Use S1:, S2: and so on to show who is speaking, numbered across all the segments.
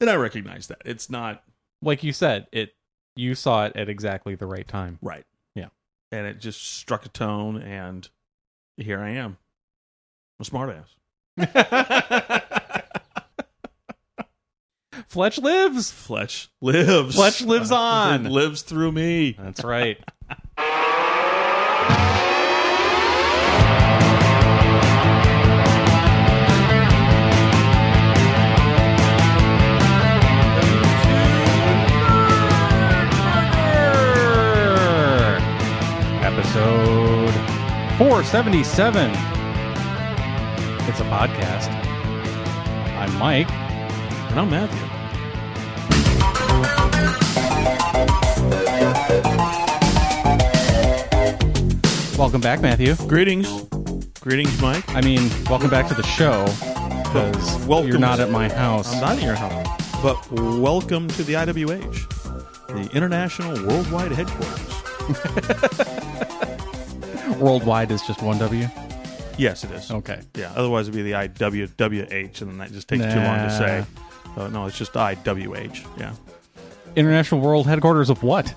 S1: And I recognize that. It's not
S2: Like you said, it you saw it at exactly the right time.
S1: right.
S2: Yeah.
S1: And it just struck a tone and here I am. I'm a smartass.
S2: Fletch lives.
S1: Fletch lives.
S2: Fletch lives on.
S1: lives through me.
S2: That's right. Episode 477. It's a podcast. I'm Mike.
S1: And I'm Matthew.
S2: Welcome back, Matthew.
S1: Greetings. Greetings, Mike.
S2: I mean, welcome back to the show. Because
S1: Welcome.
S2: you're not at my house.
S1: I'm not in your home. But welcome to the IWH, the International Worldwide Headquarters.
S2: Worldwide is just one W.
S1: Yes, it is.
S2: Okay.
S1: Yeah, otherwise it'd be the IWWH, and then that just takes too long to
S2: Nah.
S1: say. So, no, it's just IWH. Yeah.
S2: International World Headquarters of what?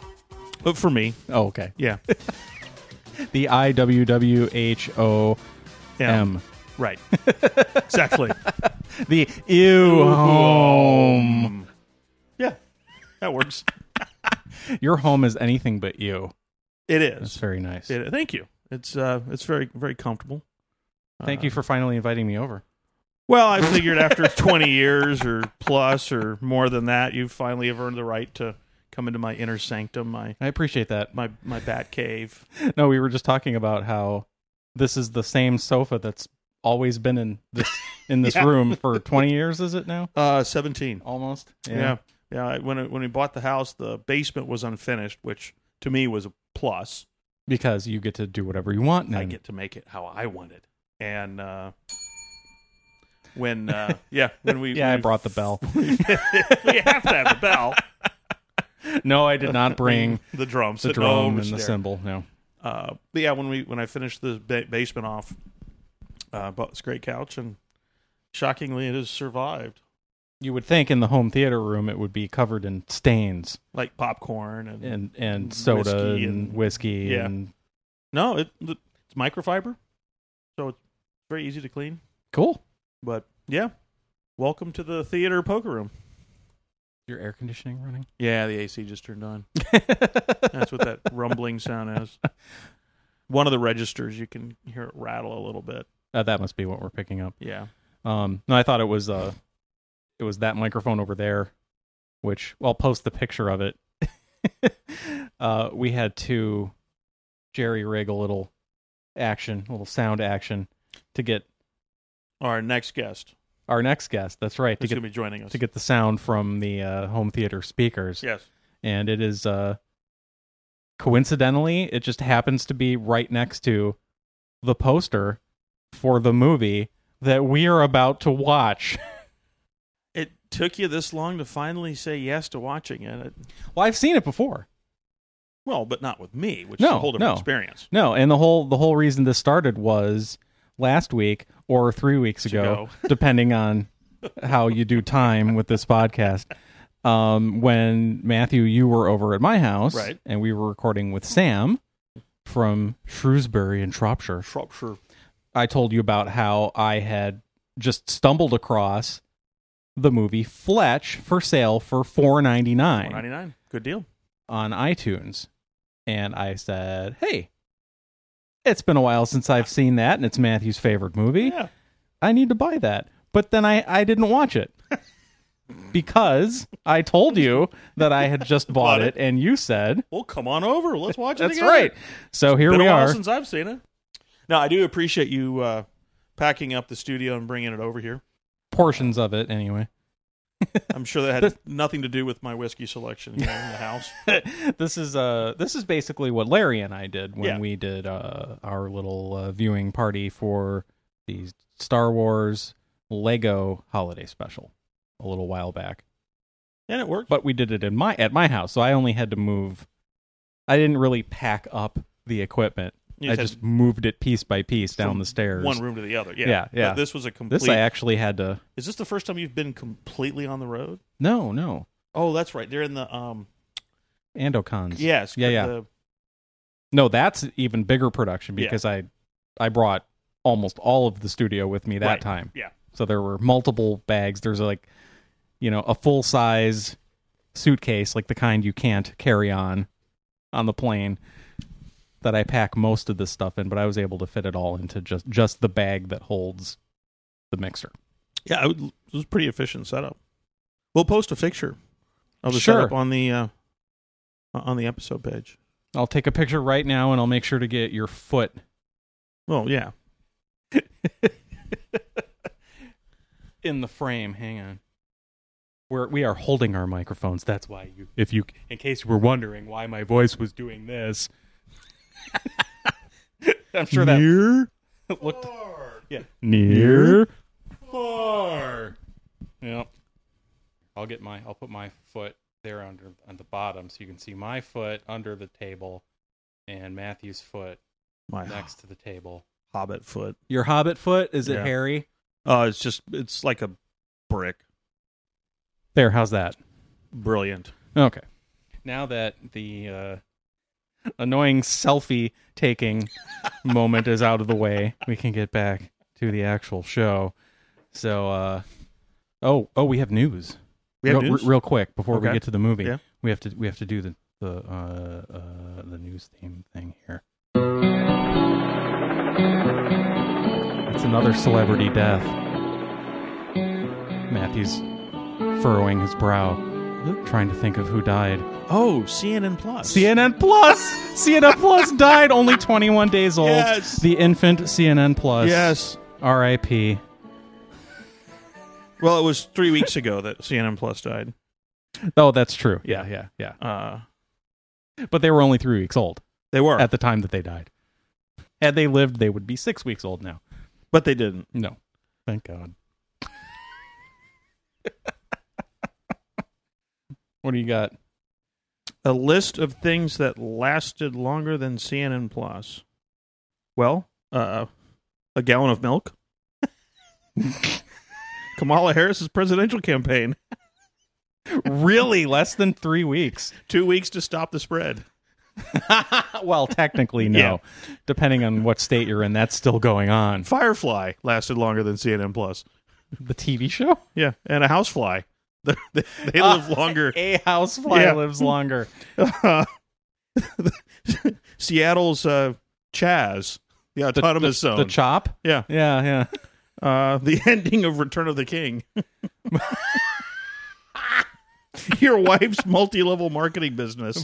S1: But for me,
S2: Oh, okay.
S1: yeah.
S2: The I W W H O
S1: yeah.
S2: M.
S1: Right. exactly.
S2: The ew home.
S1: Yeah. That works.
S2: Your home is anything but you.
S1: It
S2: That's
S1: is.
S2: very nice.
S1: It- thank you. It's uh, it's very very comfortable.
S2: Thank you for finally inviting me over.
S1: Well, I figured after 20 years or plus or more than that, you finally have earned the right to come into my inner sanctum, my
S2: I appreciate that.
S1: my my bat cave.
S2: No, we were just talking about how this is the same sofa that's always been in this in this
S1: Yeah.
S2: room for 20 years is it now?
S1: Uh, 17.
S2: Almost.
S1: Yeah. yeah. I- when I, when we bought the house, the basement was unfinished, which to me was a plus.
S2: Because you get to do whatever you want now.
S1: I get to make it how I want it. And uh, when uh, yeah, when we
S2: Yeah, I
S1: we-
S2: brought the bell.
S1: we have to have the bell,
S2: No, I did not bring
S1: the drums,
S2: the
S1: no,
S2: drum
S1: it's
S2: and the
S1: there.
S2: cymbal. No.
S1: Uh, but yeah, when we when I finished the ba- basement off, uh, bought this great couch, and shockingly, it has survived
S2: You would think in the home theater room it would be covered in stains
S1: like popcorn and,
S2: and and soda
S1: Mm, Whiskey
S2: and,
S1: and-
S2: whiskey
S1: yeah.
S2: and
S1: no, it it's microfiber, so it's very easy to clean.
S2: cool.
S1: But yeah, welcome to the theater poker room.
S2: Your air conditioning running?
S1: Yeah, the AC just turned on. That's what that rumbling sound is. One of the registers, you can hear it rattle a little bit.
S2: Uh, that must be what we're picking up.
S1: Yeah,
S2: Um, no, I thought it was uh, it was that microphone over there, which well, I'll post the picture of it. uh, we had to jerry rig a little action, a little sound action, to get
S1: our next guest
S2: our next guest. That's right to
S1: is
S2: get
S1: going to be joining us.
S2: to get the sound from the uh, home theater speakers.
S1: yes,
S2: and it is uh coincidentally it just happens to be right next to the poster for the movie that we are about to watch.
S1: it took you this long to finally say yes to watching it. It-
S2: Well, I've seen it before.
S1: Well, but not with me, which is
S2: No,
S1: a whole different
S2: no.
S1: experience.
S2: No, and the whole the whole reason this started was last week or 3 weeks ago,
S1: Ago.
S2: depending on how you do time with this podcast. Um when Matthew you were over at my house
S1: Right.
S2: and we were recording with Sam from Shrewsbury in Shropshire.
S1: Shropshire.
S2: I told you about how I had just stumbled across the movie Fletch for sale for four ninety nine
S1: 199. Good deal.
S2: on iTunes, and I said, "Hey, it's been a while since I've seen that, and it's Matthew's favorite movie.
S1: Yeah.
S2: I need to buy that." But then I I didn't watch it because I told you that I had just bought
S1: Bought
S2: it,
S1: it.
S2: and you said.
S1: Well, come on over. Let's watch it
S2: That's
S1: together.
S2: right. So here
S1: Been
S2: we
S1: a while
S2: are.
S1: since I've seen it. Now, I do appreciate you uh, packing up the studio and bringing it over here.
S2: Portions of it, anyway.
S1: I'm sure that had nothing to do with my whiskey selection here in the house.
S2: this is uh this is basically what Larry and I did when
S1: Yeah.
S2: we did uh our little uh, viewing party for the Star Wars Lego holiday special a little while back.
S1: And it worked.
S2: But we did it in my at my house, so I only had to move I didn't really pack up the equipment.
S1: You
S2: I
S1: had
S2: just moved it piece by piece down
S1: from
S2: the stairs.
S1: one room to the other. Yeah,
S2: Yeah,
S1: But
S2: yeah.
S1: this was a complete.
S2: This I actually had to.
S1: is this the first time you've been completely on the road?
S2: No, no.
S1: Oh, that's right. They're in the um.
S2: Andocons.
S1: Yes.
S2: Yeah, yeah.
S1: the-
S2: No, that's even bigger production
S1: Yeah.
S2: because I I brought almost all of the studio with me that
S1: Right.
S2: time.
S1: Yeah.
S2: So there were multiple bags. There's like you know, a full size suitcase, like the kind you can't carry on on the plane that I pack most of this stuff in, but I was able to fit it all into just just the bag that holds the mixer.
S1: yeah. I would, it was a pretty efficient setup. We'll post a picture of the
S2: Sure.
S1: setup on the uh, on the episode page.
S2: I'll take a picture right now and I'll make sure to get your foot.
S1: Well, yeah.
S2: in the frame. Hang on. We're we are holding our microphones. That's why you if you in case you were wondering why my voice was doing this. I'm sure that
S1: Near
S2: looked yeah.
S1: Near.
S2: far. Yep. I'll get my I'll put my foot there under on the bottom so you can see my foot under the table and Matthew's foot
S1: my
S2: next to the table.
S1: hobbit foot.
S2: Your hobbit foot is
S1: Yeah.
S2: hairy?
S1: Uh, it's just it's like a brick.
S2: There, how's that?
S1: Brilliant.
S2: Okay. Now that the uh, annoying selfie taking moment is out of the way, we can get back to the actual show. So, uh, oh, oh, we have news.
S1: We have
S2: real,
S1: news?
S2: re- real quick before we
S1: Okay.
S2: get to the movie,
S1: Yeah.
S2: we have to we have to do the the uh, uh, the news theme thing here. It's another celebrity death. Matthew's furrowing his brow, trying to think of who died.
S1: oh, CNN Plus.
S2: CNN Plus. CNN Plus died only 21 days old.
S1: Yes.
S2: The infant CNN Plus.
S1: Yes.
S2: R.I.P.
S1: Well, it was three weeks ago that CNN Plus died.
S2: Oh, that's true. Yeah, yeah, yeah.
S1: Uh,
S2: But they were only three weeks old
S1: they were,
S2: at the time that they died. Had they lived, they would be six weeks old now.
S1: but they didn't.
S2: No. Thank God. what do you got?
S1: A list of things that lasted longer than CNN Plus. Well, uh, a gallon of milk. Kamala Harris's presidential campaign.
S2: really? Less than three weeks?
S1: Two weeks to stop the spread.
S2: well, technically, no. Depending on what state you're in, that's still going on.
S1: Firefly lasted longer than CNN Plus.
S2: The TV show?
S1: Yeah, and a housefly. they they live
S2: Uh,
S1: longer.
S2: A housefly
S1: Yeah.
S2: lives longer.
S1: Seattle's uh, Chaz, the autonomous
S2: the,
S1: zone.
S2: The chop?
S1: yeah,
S2: Yeah, yeah.
S1: uh, the ending of Return of the King. Your wife's multi-level marketing business.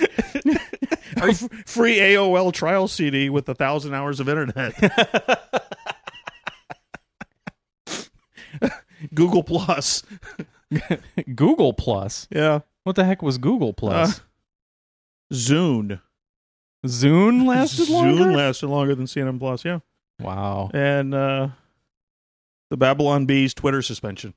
S1: A f- free AOL trial CD with a thousand hours of internet. Google Plus.
S2: Google Plus.
S1: Yeah.
S2: What the heck was Google Plus?
S1: Zune.
S2: Zune lasted longer?
S1: Zune lasted longer than CNN Plus, yeah.
S2: wow.
S1: And uh the Babylon Bees Twitter suspension.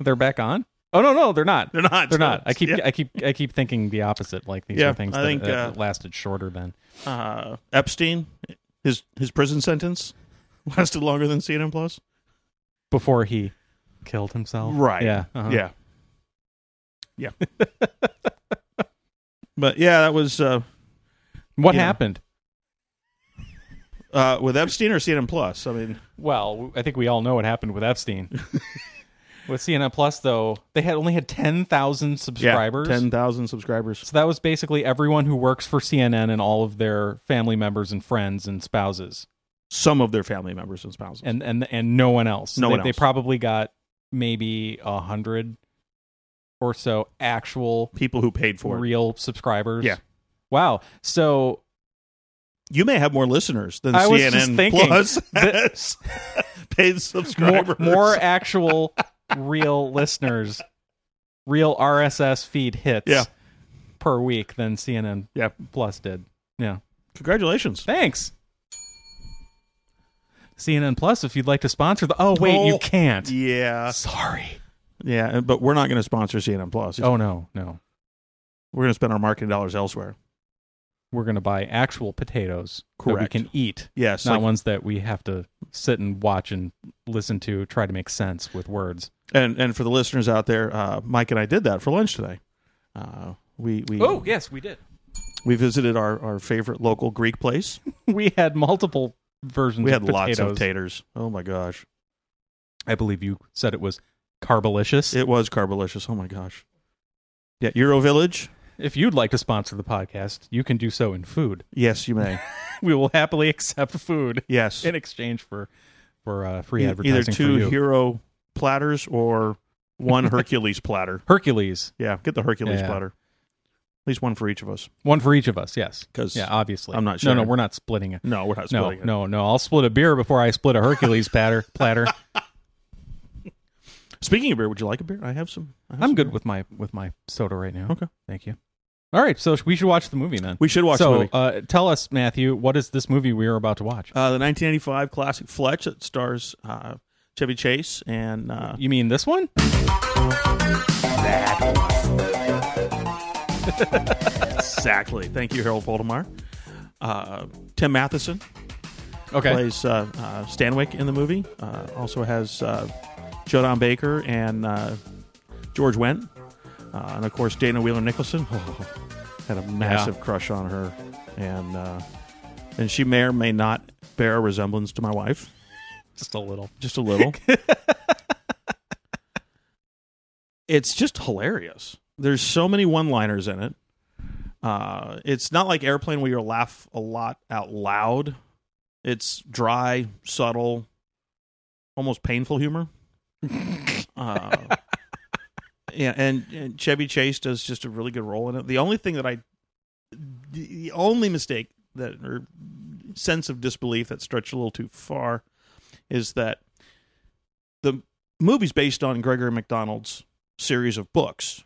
S2: They're back on? Oh no, no, they're not.
S1: They're not.
S2: They're not. I keep
S1: Yeah.
S2: I keep I keep thinking the opposite like these
S1: Yeah,
S2: are things
S1: I
S2: that
S1: think, uh,
S2: uh, lasted shorter than.
S1: uh Epstein his his prison sentence lasted longer than CNN Plus.
S2: before he killed himself.
S1: Right.
S2: Yeah. uh-huh.
S1: Yeah. Yeah. but yeah, that was uh
S2: What
S1: Yeah.
S2: happened?
S1: uh with Epstein or CNN Plus. I mean,
S2: Well, I think we all know what happened with Epstein. with CNN Plus, though, they had only had ten thousand
S1: yeah,
S2: subscribers.
S1: 10,000 subscribers.
S2: So that was basically everyone who works for CNN and all of their family members and friends and spouses,
S1: Some of their family members and spouses.
S2: and and and no one else.
S1: No
S2: they,
S1: one
S2: They
S1: else.
S2: probably got maybe a hundred or so actual
S1: people who paid for it.
S2: real subscribers.
S1: Yeah.
S2: Wow. So
S1: You may have more listeners than
S2: I was
S1: CNN
S2: just thinking
S1: Plus
S2: that-
S1: has paid
S2: more,
S1: subscribers.
S2: more actual real listeners, real RSS feed hits
S1: Yeah.
S2: per week than CNN
S1: Yeah.
S2: Plus did. Yeah.
S1: Congratulations.
S2: Thanks. CNN Plus, if you'd like to sponsor the. Oh, wait, you
S1: Oh.
S2: can't.
S1: Yeah,
S2: Sorry.
S1: yeah, but we're not going to sponsor CNN Plus.
S2: Oh, no, no.
S1: We're going to spend our marketing dollars elsewhere.
S2: We're going to buy actual potatoes that we
S1: Correct.
S2: can eat,
S1: Yes.
S2: not
S1: like-
S2: ones that we have to sit and watch and listen to, try to make sense with words.
S1: and and for the listeners out there, uh, Mike and I did that for lunch today. Uh, we we
S2: Oh, yes, we did.
S1: we visited our, our favorite local Greek place.
S2: We had multiple versions.
S1: We had
S2: of
S1: lots of
S2: potatoes.
S1: taters. Oh my gosh,
S2: I believe you said it was carbalicious.
S1: it was carbalicious. Oh my gosh. Yeah, Euro Village.
S2: If you'd like to sponsor the podcast, you can do so in food.
S1: Yes, you may.
S2: We will happily accept food
S1: Yes,
S2: in exchange for for uh, free
S1: E-
S2: advertising
S1: either
S2: for
S1: two
S2: you.
S1: hero platters or one Hercules platter.
S2: Hercules,
S1: Yeah, get the Hercules
S2: Yeah.
S1: platter. At least one for each of us.
S2: one for each of us. Yes,
S1: 'Cause
S2: yeah, obviously.
S1: I'm not
S2: No,
S1: sharing.
S2: no, we're not splitting it.
S1: No, we're not
S2: No,
S1: splitting it.
S2: no, no. I'll split a beer before I split a Hercules platter. platter.
S1: Speaking of beer, would you like a beer? I have some. I have
S2: I'm
S1: some
S2: good
S1: beer.
S2: with my with my soda right now.
S1: Okay.
S2: thank you. All right, so we should watch the movie then.
S1: We should watch
S2: so,
S1: the movie.
S2: Uh, tell us, Matthew, what is this movie we are about to watch?
S1: Uh, the 1985 classic Fletch that stars uh, Chevy Chase and uh,
S2: you mean this one?
S1: exactly. Thank you, Harold Voldemar. Uh, Tim Matheson
S2: Okay.
S1: plays uh, uh, Stanwick in the movie. Uh, also has uh, Jodan Baker and uh, George Wendt, uh, and of course Dana Wheeler Nicholson. Oh, had a massive crush on her, and uh, and she may or may not bear a resemblance to my wife.
S2: Just a little.
S1: just a little. it's just hilarious. There's so many one-liners in it. Uh, it's not like Airplane where you laugh a lot out loud. It's dry, subtle, almost painful humor. uh, yeah, and, and Chevy Chase does just a really good role in it. The only thing that I, the the only mistake that or sense of disbelief that stretched a little too far is that the movie's based on Gregory McDonald's series of books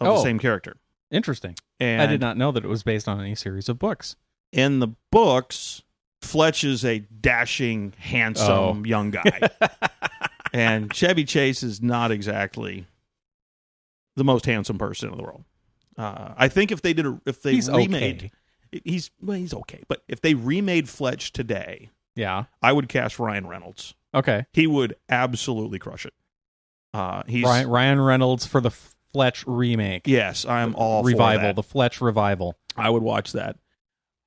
S1: of the
S2: Oh.
S1: same character.
S2: Interesting.
S1: And
S2: I did not know that it was based on any series of books.
S1: in the books, Fletch is a dashing, handsome
S2: Oh.
S1: young guy. and Chevy Chase is not exactly the most handsome person in the world. Uh, I think if they did a if they
S2: He's
S1: remade
S2: okay.
S1: he's well, he's okay, but if they remade Fletch today,
S2: Yeah.
S1: I would cast Ryan Reynolds.
S2: Okay.
S1: He would absolutely crush it. Uh, he's
S2: Ryan, Ryan Reynolds for the Fletch remake.
S1: yes, I'm all for
S2: revival,
S1: that.
S2: the Fletch revival.
S1: I would watch that.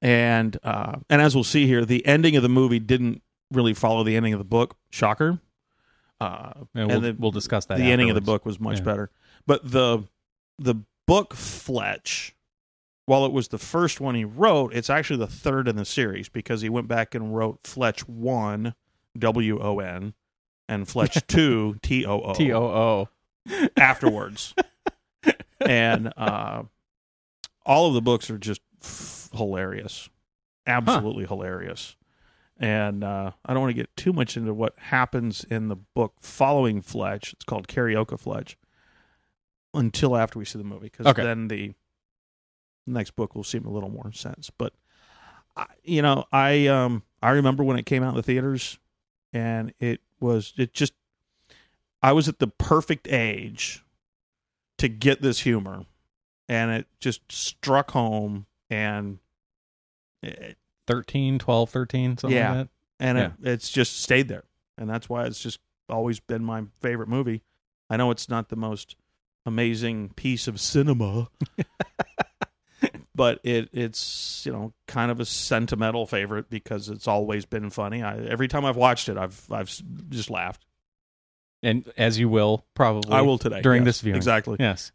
S1: And uh, and as we'll see here, the ending of the movie didn't really follow the ending of the book. Shocker. Uh,
S2: And
S1: And
S2: we'll,
S1: the-
S2: we'll discuss
S1: the
S2: that.
S1: ending of the
S2: afterwards.
S1: book was much
S2: Yeah.
S1: better, but the the book Fletch, while it was the first one he wrote, it's actually the third in the series because he went back and wrote Fletch one, W O N, and Fletch two, T O O
S2: T O O.
S1: afterwards. and uh, all of the books are just f- hilarious, absolutely hilarious. And uh, I don't want to get too much into what happens in the book following Fletch. It's called Karaoke Fletch until after we see the movie, because
S2: Okay.
S1: then the next book will seem a little more sense. But I, you know, I um I remember when it came out in the theaters, and it was it just I was at the perfect age to get this humor, and it just struck home. And it,
S2: 13, 12, 13, something
S1: Yeah.
S2: like
S1: and it, it's just stayed there, and that's why it's just always been my favorite movie. I know it's not the most amazing piece of cinema, but it it's you know kind of a sentimental favorite because it's always been funny. I, every time I've watched it, I've I've s- just laughed.
S2: that. And as you will probably.
S1: I will today
S2: During
S1: yes,
S2: this viewing.
S1: exactly.
S2: Yes.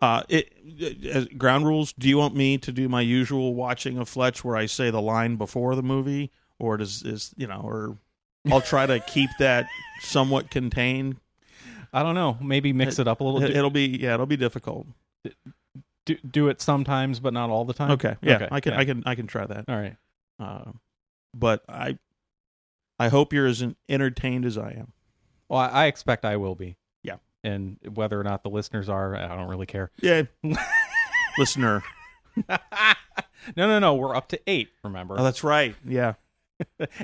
S1: Uh, it, it- as ground rules. Do you want me to do my usual watching of Fletch, where I say the line before the movie, or does is you know, or I'll try to keep that somewhat contained.
S2: I don't know. Maybe mix it, up a little.
S1: It,
S2: Do,
S1: will be yeah, it'll be difficult.
S2: do, do it sometimes, but not all the time.
S1: Okay, yeah,
S2: Okay,
S1: I can
S2: yeah.
S1: I can I can try that.
S2: All right.
S1: Uh, but I I hope you're as entertained as I am.
S2: Well, I, I expect I will be.
S1: Yeah.
S2: And whether or not the listeners are, I don't really care.
S1: Yeah, listener.
S2: no, no, no. We're up to eight. Remember,
S1: Oh, that's right. Yeah,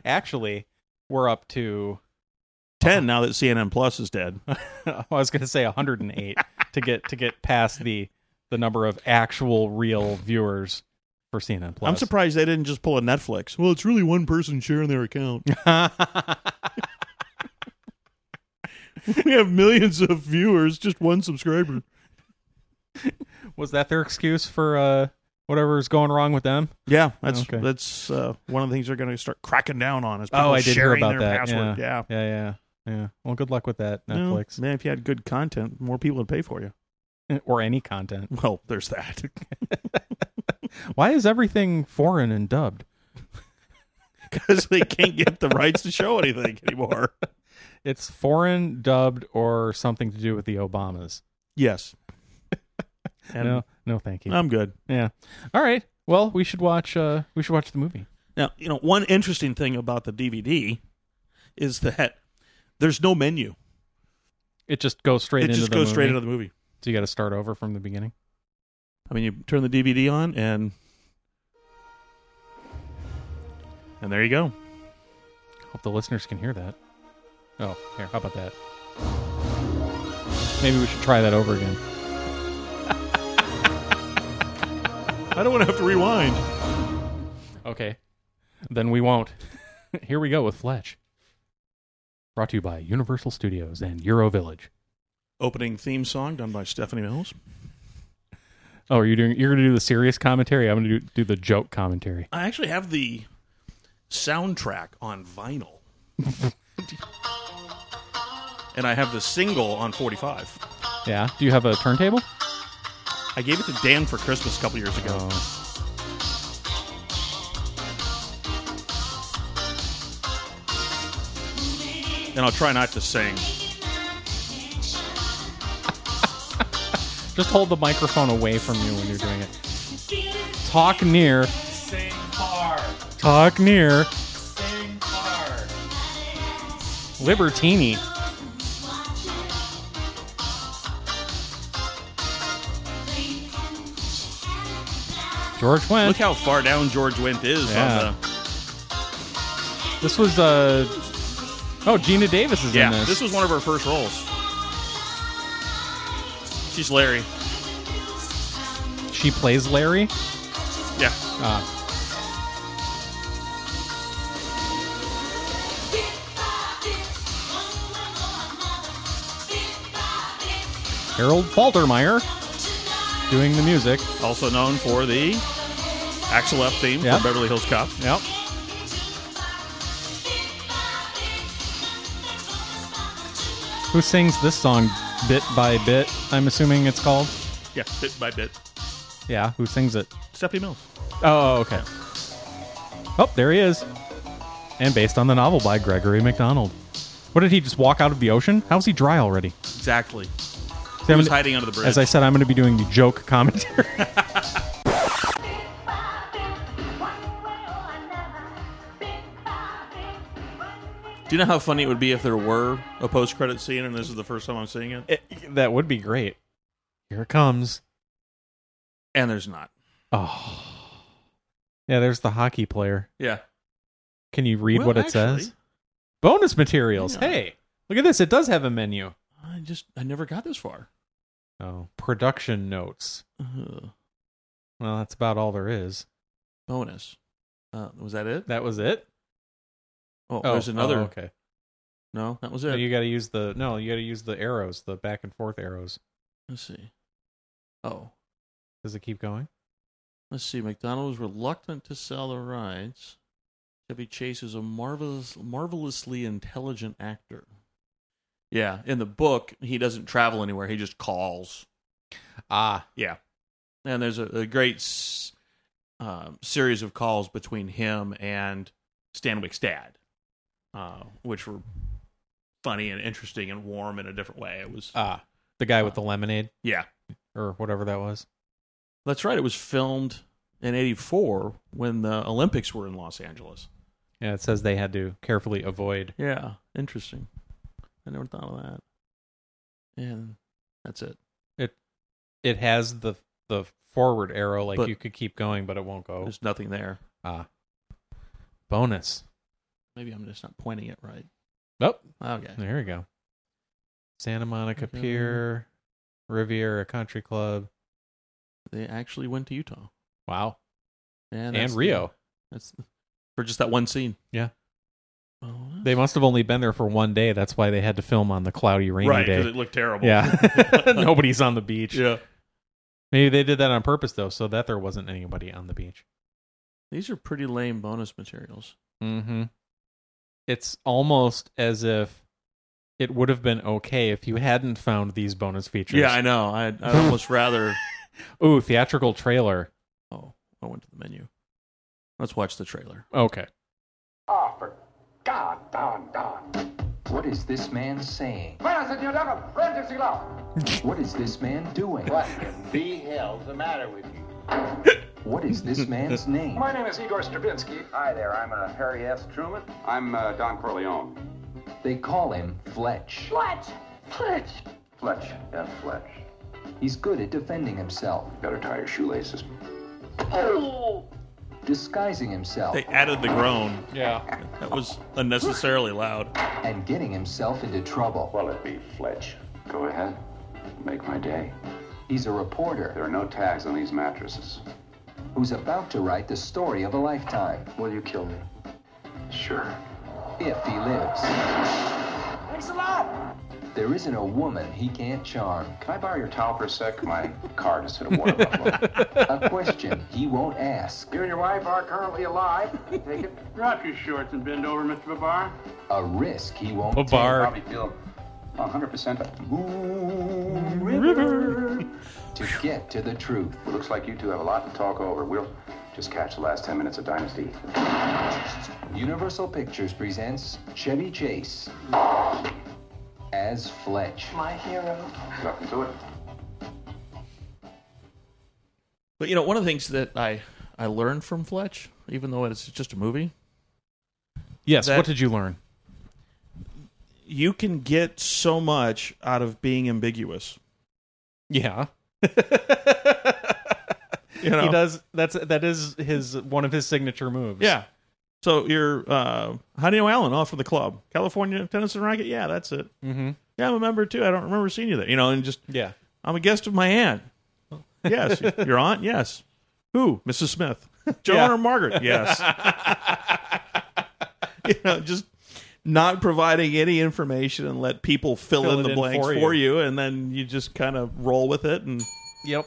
S2: actually, we're up to.
S1: ten now that CNN Plus is dead.
S2: I was going to say 108 to get to get past the the number of actual real viewers for CNN Plus.
S1: I'm surprised they didn't just pull a Netflix. Well, it's really one person sharing their account. we have millions of viewers, just one subscriber.
S2: Was that their excuse for uh, whatever's going wrong with them?
S1: Yeah, that's
S2: Okay.
S1: that's uh, one of the things they're going to start cracking down on is
S2: Oh,
S1: people
S2: I did hear
S1: sharing
S2: about
S1: their
S2: that,
S1: password. Yeah.
S2: Yeah, yeah, yeah. Well, good luck with that,
S1: No,
S2: Netflix,
S1: man, if you had good content, more people would pay for you.
S2: or any content.
S1: Well, there's that.
S2: Why is everything foreign and dubbed?
S1: Because they can't get the rights to show anything anymore.
S2: It's foreign, dubbed, or something to do with the Obamas.
S1: Yes. And
S2: no, no, thank you.
S1: I'm good.
S2: yeah. All right. Well, we should watch. Uh, we should watch the movie.
S1: Now, you know, one interesting thing about the DVD is that there's no menu.
S2: It just goes straight.
S1: it
S2: into
S1: just
S2: the
S1: goes
S2: movie.
S1: straight into the movie.
S2: So you got to start over from the beginning.
S1: I mean, you turn the DVD on and and there you go.
S2: Hope the listeners can hear that. Oh, here. How about that? Maybe we should try that over again.
S1: I don't want to have to rewind.
S2: Okay. Then we won't. Here we go with Fletch. Brought to you by Universal Studios and Euro Village.
S1: Opening theme song done by Stephanie Mills.
S2: Oh, are you doing? You're going to do the serious commentary. I'm going to do, do the joke commentary.
S1: I actually have the soundtrack on vinyl. and I have the single on 45.
S2: Yeah. Do you have a turntable?
S1: I gave it to Dan for Christmas a couple years ago. And I'll try not to sing.
S2: Just hold the microphone away from you when you're doing it. Talk near.
S3: Sing hard.
S2: Talk near.
S3: Sing hard.
S2: Libertini. George
S1: Look
S2: went.
S1: how far down George Went is
S2: Yeah.
S1: on the.
S2: This was uh oh Gina Davis is
S1: Yeah,
S2: in this.
S1: this was one of her first roles. She's Larry.
S2: she plays Larry.
S1: Yeah.
S2: Ah, Harold Faltermeyer doing the music.
S1: Also known for the Axel F theme
S2: Yeah.
S1: from Beverly Hills Cop.
S2: Yep. Who sings this song bit by bit? I'm assuming it's called.
S1: Yeah, bit by bit.
S2: Yeah, who sings it?
S1: Stephanie Mills.
S2: Oh, okay. Oh, there he is. And based on the novel by Gregory MacDonald. What did he just walk out of the ocean? How's he dry already?
S1: Exactly.
S2: See,
S1: He
S2: I'm
S1: was
S2: gonna-
S1: hiding under the bridge.
S2: As I said, I'm going to be doing the joke commentary.
S1: Do you know how funny it would be if there were a post-credit scene and this is the first time I'm seeing it?
S2: that would be great. Here it comes.
S1: And there's not.
S2: Oh. Yeah, there's the hockey player.
S1: Yeah.
S2: Can you read
S1: Well,
S2: what it
S1: actually-
S2: says? Bonus materials.
S1: Hang on.
S2: Hey, look at this. It does have a menu.
S1: I just I never got this far.
S2: Oh, production notes.
S1: Uh,
S2: Well, that's about all there is.
S1: bonus. Uh, was that it?
S2: That was it.
S1: Oh, there's another.
S2: oh, okay.
S1: No, that was
S2: No,
S1: it.
S2: you got to use the no. You got to use the arrows, the back and forth arrows.
S1: Let's see. Oh,
S2: Does it keep going?
S1: let's see. McDonald was reluctant to sell the rights. Chevy Chase is a marvelous, marvelously intelligent actor. Yeah, in the book, he doesn't travel anywhere. He just calls.
S2: Ah,
S1: Yeah. And there's a, a great s- um, series of calls between him and Stanwyck's dad, uh, which were funny and interesting and warm in a different way. It was,
S2: ah, the guy with the lemonade
S1: yeah.
S2: or whatever that was.
S1: That's right. It was filmed in 84 when the Olympics were in Los Angeles.
S2: Yeah, it says they had to carefully avoid.
S1: Yeah. Interesting. I never thought of that. And that's it.
S2: It has the the forward arrow, like
S1: But-
S2: you could keep going, but it won't go.
S1: There's nothing there.
S2: Ah, bonus.
S1: Maybe I'm just not pointing it right.
S2: Nope.
S1: Okay.
S2: There we go. Santa Monica
S1: Okay.
S2: Pier, Riviera Country Club,
S1: They actually went to Utah
S2: Wow.
S1: and,
S2: And,
S1: that's the-
S2: Rio.
S1: that's the- for just that one scene.
S2: Yeah.
S1: Oh,
S2: They must have only been there for one day. That's why they had to film on the cloudy, rainy
S1: right
S2: day.
S1: because it looked terrible.
S2: yeah. Nobody's on the beach.
S1: yeah.
S2: Maybe they did that on purpose, though, so that there wasn't anybody on the beach.
S1: These are pretty lame bonus materials.
S2: Mm-hmm. It's almost as if it would have been okay if you hadn't found these bonus features.
S1: Yeah, I know. I'd, I'd almost rather.
S2: Ooh, theatrical trailer.
S1: Oh, I went to the menu. Let's watch the trailer.
S2: Okay.
S4: Oh, for God, Don, Don.
S5: What is this man saying? What is this man doing?
S3: What in the hell's the matter with you?
S5: What is this man's name?
S4: My name is Igor Stravinsky. Hi there, I'm uh, Harry S. Truman.
S6: I'm uh, Don Corleone.
S5: They call him Fletch.
S4: Fletch! Fletch! Fletch, F. Fletch.
S5: He's good at defending himself,
S6: Better tie your shoelaces.
S5: disguising himself,
S1: They added the groan.
S2: Yeah.
S1: That was unnecessarily loud.
S5: and getting himself into trouble.
S6: Well, it be Fletch. Go ahead. Make my day.
S5: He's a reporter
S6: There are no tags on these mattresses.
S5: who's about to write the story of a lifetime,
S6: Will you kill me? Sure.
S5: if he lives.
S4: Thanks a lot!
S5: There isn't a woman he can't charm.
S6: Can I borrow your towel for a sec? My car just hit a water buffalo.
S5: A question he won't ask.
S4: You and your wife are currently alive. Take it.
S7: Drop your shorts and bend over, Mr. Babar.
S5: A risk he won't
S2: A bar.
S6: Probably feel 100%.
S5: take to get to the truth.
S6: It looks like you two have a lot to talk over. We'll just catch the last 10 minutes of Dynasty.
S5: Universal Pictures presents Chevy Chase as Fletch.
S4: My hero.
S6: Nothing to it.
S1: But you know, one of the things that I I learned from Fletch, even though it's just a movie,
S2: Yes.
S1: That-
S2: what did you learn?
S1: you can get so much out of being ambiguous.
S2: Yeah.
S1: You know?
S2: He does. That's that is his one of his signature moves.
S1: Yeah. So you're uh how do you know Alan? Oh, from the club. California Tennyson Racket? Yeah, that's it.
S2: Mm-hmm.
S1: Yeah, I'm a member too. I don't remember seeing you there. You know, and just
S2: Yeah.
S1: I'm a guest of my aunt. Yes. Your aunt? Yes. Who? Mrs. Smith. Joan
S2: Yeah.
S1: or Margaret? Yes. you know, just not providing any information and let people fill,
S2: Fill
S1: in
S2: it
S1: the
S2: in
S1: blanks
S2: for you.
S1: for you. And then you just kind of roll with it. And,
S2: Yep.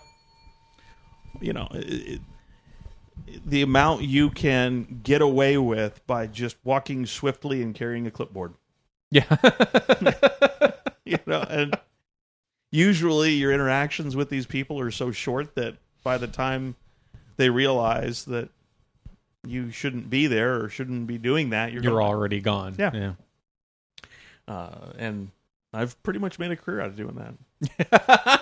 S1: you know, it, it, the amount you can get away with by just walking swiftly and carrying a clipboard.
S2: Yeah.
S1: you know and usually your interactions with these people are so short that by the time they realize that you shouldn't be there or shouldn't be doing that you're,
S2: You're
S1: gone.
S2: already gone.
S1: Yeah. uh, and i've pretty much made a career out of doing that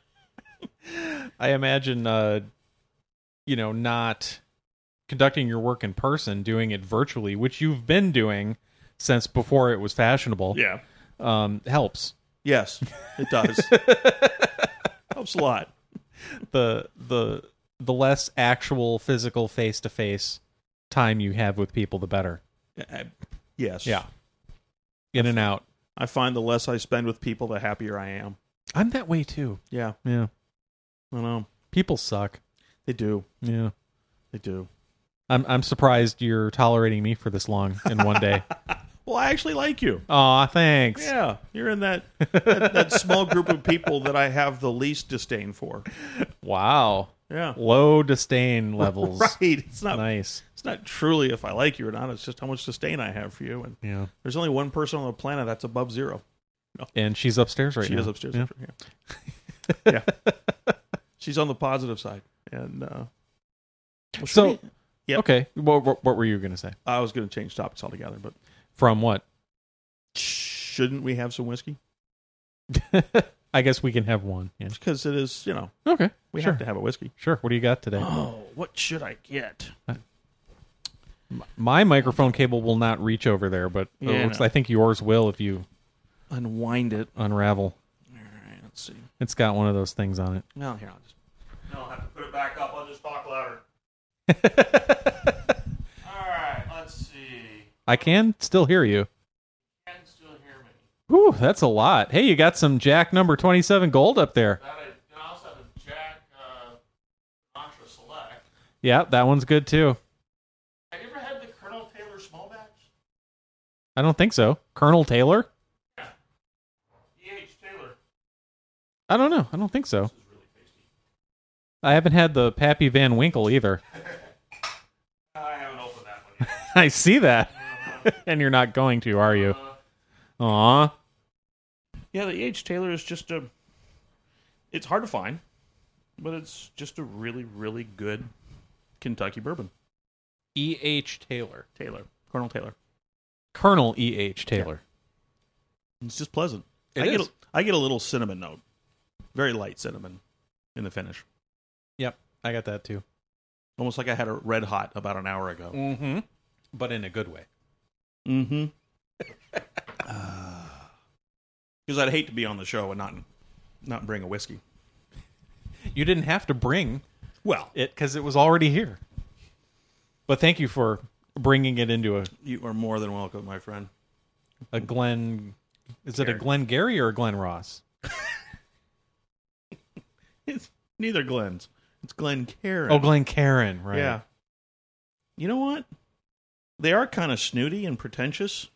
S2: I imagine, uh, you know, not conducting your work in person, doing it virtually, which you've been doing since before it was fashionable.
S1: yeah
S2: Um, helps
S1: yes it does helps a lot
S2: the the the less actual physical face to face time you have with people, the better.
S1: I- uh, yes
S2: in and out.
S1: i find the less i spend with people the happier i am
S2: I'm that way too.
S1: yeah
S2: Yeah,
S1: i know
S2: people suck.
S1: they do
S2: Yeah.
S1: they do
S2: I'm I'm surprised you're tolerating me for this long in one day.
S1: well i actually like you
S2: Aw, thanks.
S1: Yeah, you're in that, that that small group of people that I have the least disdain for.
S2: Wow.
S1: Yeah,
S2: Low disdain levels.
S1: right. It's not
S2: Nice.
S1: it's not truly if I like you or not. It's just how much disdain I have for you. And
S2: Yeah.
S1: there's only one person on the planet that's above zero.
S2: And she's upstairs right
S1: she
S2: now.
S1: is upstairs.
S2: Yeah.
S1: Yeah. Yeah. she's on the positive side. And uh, well,
S2: So-
S1: should we- Yep.
S2: Okay. What, what what were you gonna say?
S1: I was going to change topics altogether, but
S2: From what?
S1: shouldn't we have some whiskey?
S2: I guess we can have one. Yeah.
S1: Because it is, you know,
S2: Okay.
S1: we
S2: sure.
S1: have to have a whiskey.
S2: Sure. What do you got today?
S1: Oh, what should I get?
S2: My microphone cable will not reach over there, but it
S1: Yeah,
S2: looks-
S1: no.
S2: I think yours will if you
S1: Unwind it.
S2: unravel.
S1: All right, let's see.
S2: It's got one of those things on it.
S1: No, here I'll just.
S3: No, I'll have to put it back up. I'll just talk louder. All right, let's see.
S2: I can still hear you.
S3: Can still hear me.
S2: Whew, that's a lot. Hey, you got some Jack number 27 gold up there.
S3: That I, and I also have a jack uh,
S2: Yeah, that one's good too.
S3: Have you ever had the Colonel Taylor small batch?
S2: I don't think so. Colonel Taylor?
S3: E.H. Taylor.
S2: I don't know. I don't think so. I haven't had the Pappy Van Winkle either.
S3: I haven't opened that one yet.
S2: I see that. and you're not going to, are you? Aw.
S1: Yeah, the E.H. Taylor is just a. It's hard to find, but it's just a really, really good Kentucky bourbon.
S2: E.H. Taylor.
S1: Taylor, Colonel Taylor.
S2: Colonel E.H. Taylor.
S1: It's just pleasant.
S2: It
S1: I get
S2: is.
S1: a, I get a little cinnamon note, very light cinnamon, in the finish,
S2: Yep. I got that too.
S1: almost like I had a red hot about an hour ago.
S2: Mm hmm. But in a good way.
S1: Mm-hmm. Because I'd hate to be on the show and not not bring a whiskey.
S2: You didn't have to bring
S1: Well,
S2: it because it was already here. But thank you for bringing it into a,
S1: you are more than welcome, my friend.
S2: a Glen. Is it a Glen Gary or a Glen Ross?
S1: It's neither Glenn's. It's Glenn Karen.
S2: Oh, Glen Karen, right.
S1: Yeah. You know what? They are kind of snooty and pretentious.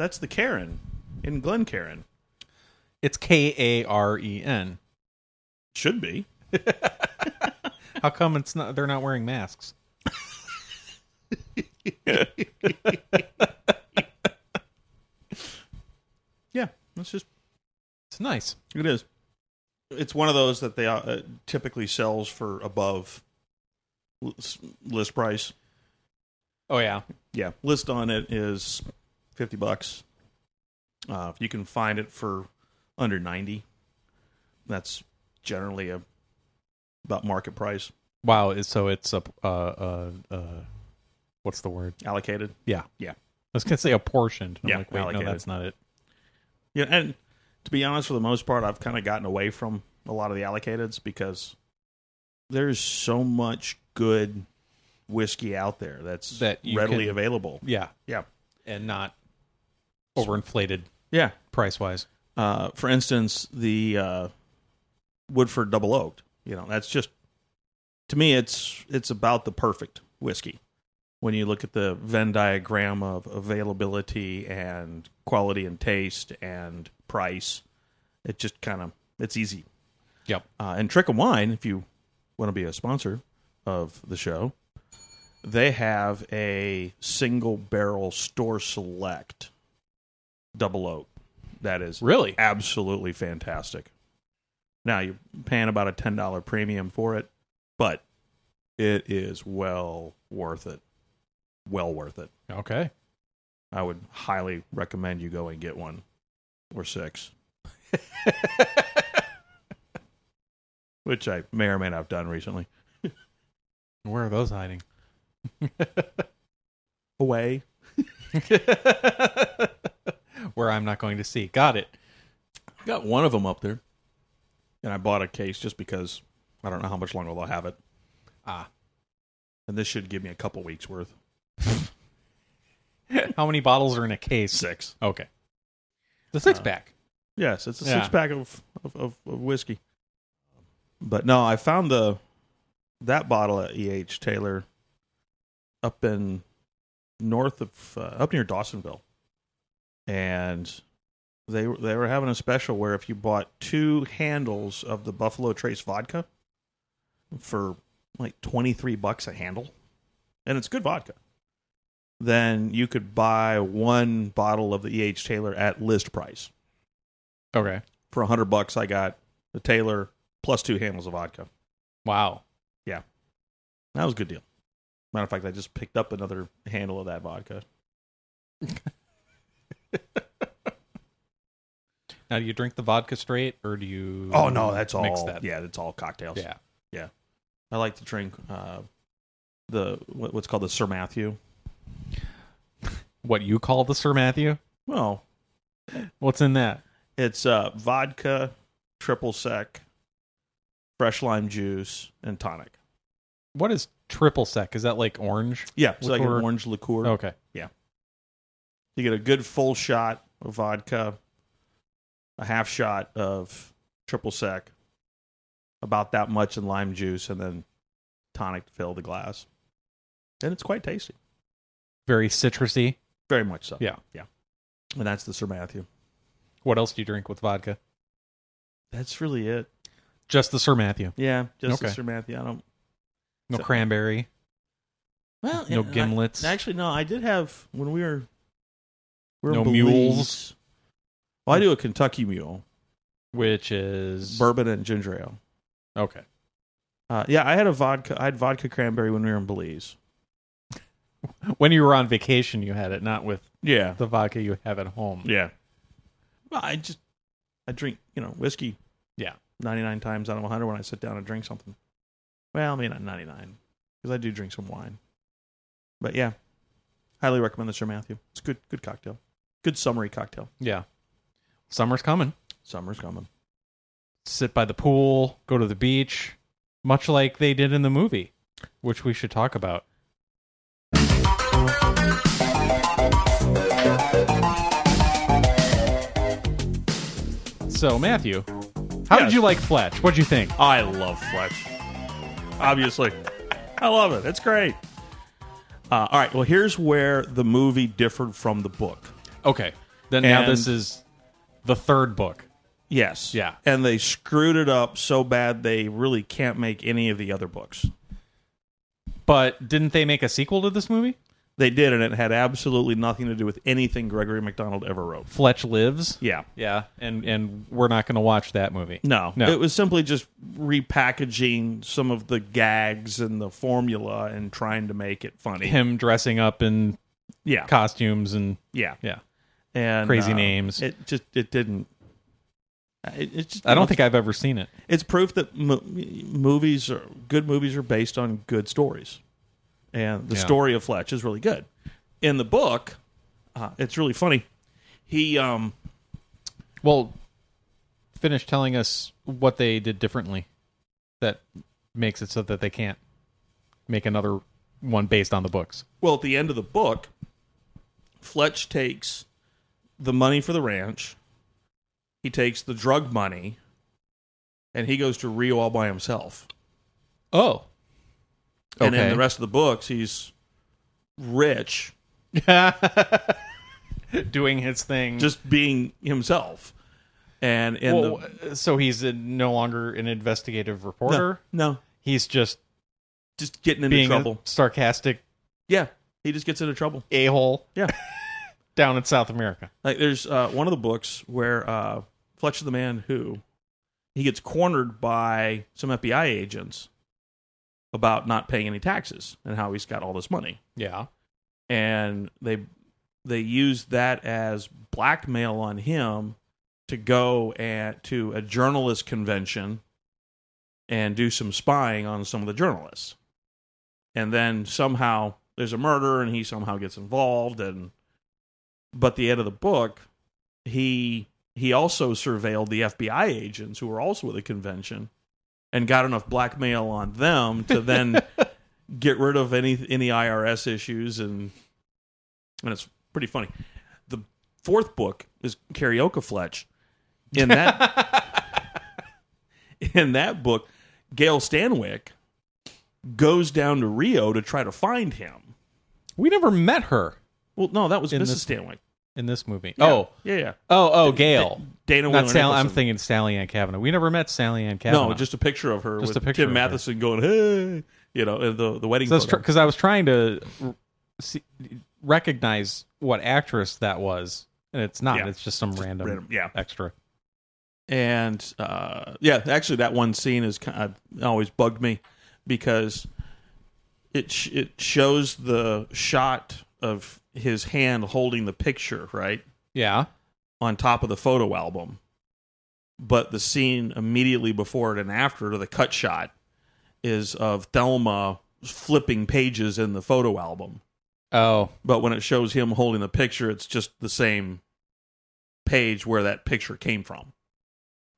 S1: That's the Karen in Glen Karen.
S2: It's K A R E N.
S1: Should be.
S2: How come it's not? They're not wearing masks.
S1: Yeah, that's just
S2: It's nice.
S1: It is. It's one of those that they uh, typically sells for above l- s- list price.
S2: Oh yeah,
S1: Yeah, list on it is fifty bucks. Uh, if you can find it for under ninety, that's generally a about market price
S2: Wow, is- so it's a uh, uh, uh, what's the word?
S1: allocated.
S2: Yeah,
S1: Yeah.
S2: I was gonna say apportioned. I'm
S1: Yeah,
S2: like, wait,
S1: allocated.
S2: no, that's not it.
S1: Yeah, and to be honest, for the most part, I've kind of gotten away from a lot of the allocateds because there's so much good whiskey out there that's
S2: That you
S1: readily
S2: can-
S1: available.
S2: Yeah,
S1: Yeah.
S2: and not overinflated
S1: Yeah.
S2: price wise.
S1: Uh, for instance, the uh, Woodford Double Oaked. You know, that's just to me, it's it's about the perfect whiskey. When you look at the Venn diagram of availability and quality and taste and price, it just kind of it's easy.
S2: Yep.
S1: Uh, and Trick of Wine, if you want to be a sponsor of the show, they have a single barrel store select double oak that is
S2: Really?
S1: absolutely fantastic. Now you're paying about a ten dollar premium for it, but it is well worth it. Well worth it.
S2: Okay.
S1: I would highly recommend you go and get one or six, which I may or may not have done recently.
S2: Where are those hiding?
S1: Away.
S2: Where I'm not going to see. Got it.
S1: Got one of them up there, and I bought a case just because I don't know how much longer they'll have it.
S2: Ah.
S1: and this should give me a couple weeks worth.
S2: How many bottles are in a case?
S1: Six. Uh,
S2: Okay. The six pack.
S1: Yes, it's a
S2: Yeah.
S1: six pack of, of, of, of whiskey. But no, I found the that bottle at EH Taylor up in north of uh, up near Dawsonville, and they were- they were having a special where if you bought two handles of the Buffalo Trace vodka for like twenty three bucks a handle, and it's good vodka, then you could buy one bottle of the EH Taylor at list price
S2: Okay.
S1: for a hundred bucks, I got the Taylor plus two handles of vodka.
S2: Wow.
S1: That was a good deal. Matter of fact, I just picked up another handle of that vodka.
S2: Now, do you drink the vodka straight, or do you?
S1: Oh no, that's all.
S2: mix that.
S1: Yeah, that's all cocktails.
S2: yeah.
S1: I like to drink uh, the what, what's called the Sir Matthew.
S2: What you call the Sir Matthew?
S1: Well,
S2: What's in that?
S1: it's uh, vodka, triple sec, fresh lime juice, and tonic.
S2: What is triple sec? Is that like orange?
S1: Yeah, it's like an
S2: Liqueur.
S1: orange liqueur.
S2: Okay.
S1: You get a good full shot of vodka, a half shot of triple sec, about that much in lime juice, and then tonic to fill the glass, and it's quite tasty,
S2: Very citrusy.
S1: very much so.
S2: Yeah.
S1: yeah. And that's the Sir Matthew.
S2: What else do you drink with vodka?
S1: That's really it.
S2: Just the Sir Matthew.
S1: Yeah, just the
S2: Okay.
S1: Sir Matthew. I don't.
S2: No
S1: So-
S2: cranberry.
S1: Well,
S2: No
S1: and I-
S2: gimlets.
S1: actually, no. I did have when we were. we were
S2: No
S1: in Belize-
S2: mules.
S1: Well, I do a Kentucky mule,
S2: which is
S1: bourbon and ginger ale.
S2: Okay.
S1: Uh, yeah, I had a vodka. I had vodka cranberry when we were in Belize.
S2: When you were on vacation, you had it, not with
S1: Yeah,
S2: the vodka you have at home.
S1: yeah. Well, I just I drink you know whiskey.
S2: Yeah.
S1: ninety nine times out of one hundred when I sit down and drink something. Well, maybe not ninety nine because I do drink some wine. But yeah, highly recommend the Sir Matthew. It's a good, good cocktail. Good summery cocktail.
S2: Yeah. Summer's coming.
S1: Summer's coming.
S2: Sit by the pool, go to the beach, much like they did in the movie, which we should talk about. So, Matthew, how
S1: Yes.
S2: did you like Fletch? What'd you think?
S1: I love Fletch. Obviously. I love it. It's great. Uh, all right. Well, here's where the movie differed from the book.
S2: Okay. Then now
S1: And-
S2: this is the third book.
S1: Yes.
S2: Yeah.
S1: And they screwed it up so bad they really can't make any of the other books.
S2: But didn't they make a sequel to this movie?
S1: They did, and it had absolutely nothing to do with anything Gregory MacDonald ever wrote.
S2: Fletch Lives?
S1: Yeah.
S2: Yeah, and and we're not going to watch that movie.
S1: No,
S2: No.
S1: It was simply just repackaging some of the gags and the formula and trying to make it funny.
S2: Him dressing up in
S1: yeah.
S2: costumes and
S1: yeah.
S2: yeah.
S1: And uh,
S2: Crazy names.
S1: It just it didn't it, it just
S2: I don't think I've ever seen it.
S1: it's proof that mo- movies are good movies are based on good stories and the
S2: Yeah.
S1: story of fletch is really good in the book uh, it's really funny he um
S2: Well, finish telling us what they did differently that makes it so that they can't make another one based on the books.
S1: well at the end of the book fletch takes the money for the ranch he takes the drug money and he goes to rio all by himself
S2: Oh.
S1: and in the rest of the books he's rich
S2: doing his thing.
S1: just being himself and in
S2: Mm. Well,
S1: the
S2: so he's a, no longer an investigative
S1: No,
S2: reporter.
S1: no
S2: He's just
S1: just getting into
S2: being
S1: trouble.
S2: a sarcastic
S1: yeah, he just gets into trouble.
S2: a hole.
S1: Yeah.
S2: down in South America.
S1: Like there's uh, one of the books where uh, Fletcher the man who he gets cornered by some FBI agents about not paying any taxes and how he's got all this money,
S2: Yeah.
S1: and they they use that as blackmail on him to go at to a journalist convention and do some spying on some of the journalists. And then somehow there's a murder and he somehow gets involved and but the end of the book he he also surveilled the FBI agents who were also at the convention and got enough blackmail on them to then get rid of any any IRS issues and and it's pretty funny. The fourth book is Karaoke Fletch. In that in that book, Gail Stanwyck goes down to Rio to try to find him.
S2: We never met her
S1: Well, no, that was
S2: In
S1: Mrs.
S2: this-
S1: Stanwyck.
S2: in this movie.
S1: Yeah.
S2: Oh.
S1: yeah, yeah.
S2: Oh, oh, Gail.
S1: Dana.
S2: Not
S1: Wheeler
S2: Sally. I'm
S1: Nicholson.
S2: thinking Sally Ann Kavanaugh. We never met Sally Ann Kavanaugh.
S1: No, just a picture of her
S2: Just
S1: with
S2: a picture
S1: Tim
S2: of her.
S1: Matheson going, "Hey," you know, and the the wedding.
S2: because
S1: photo.
S2: I was trying to r- see, recognize what actress that was, and it's not.
S1: Yeah.
S2: It's just some random,
S1: random, yeah.
S2: extra.
S1: and uh, yeah, actually, that one scene is kind of always bugged me because it sh- it shows the shot of his hand holding the picture right
S2: Yeah.
S1: on top of the photo album, but the scene immediately before it and after the cut shot is of Thelma flipping pages in the photo album.
S2: Oh.
S1: But when it shows him holding the picture, it's just the same page where that picture came from.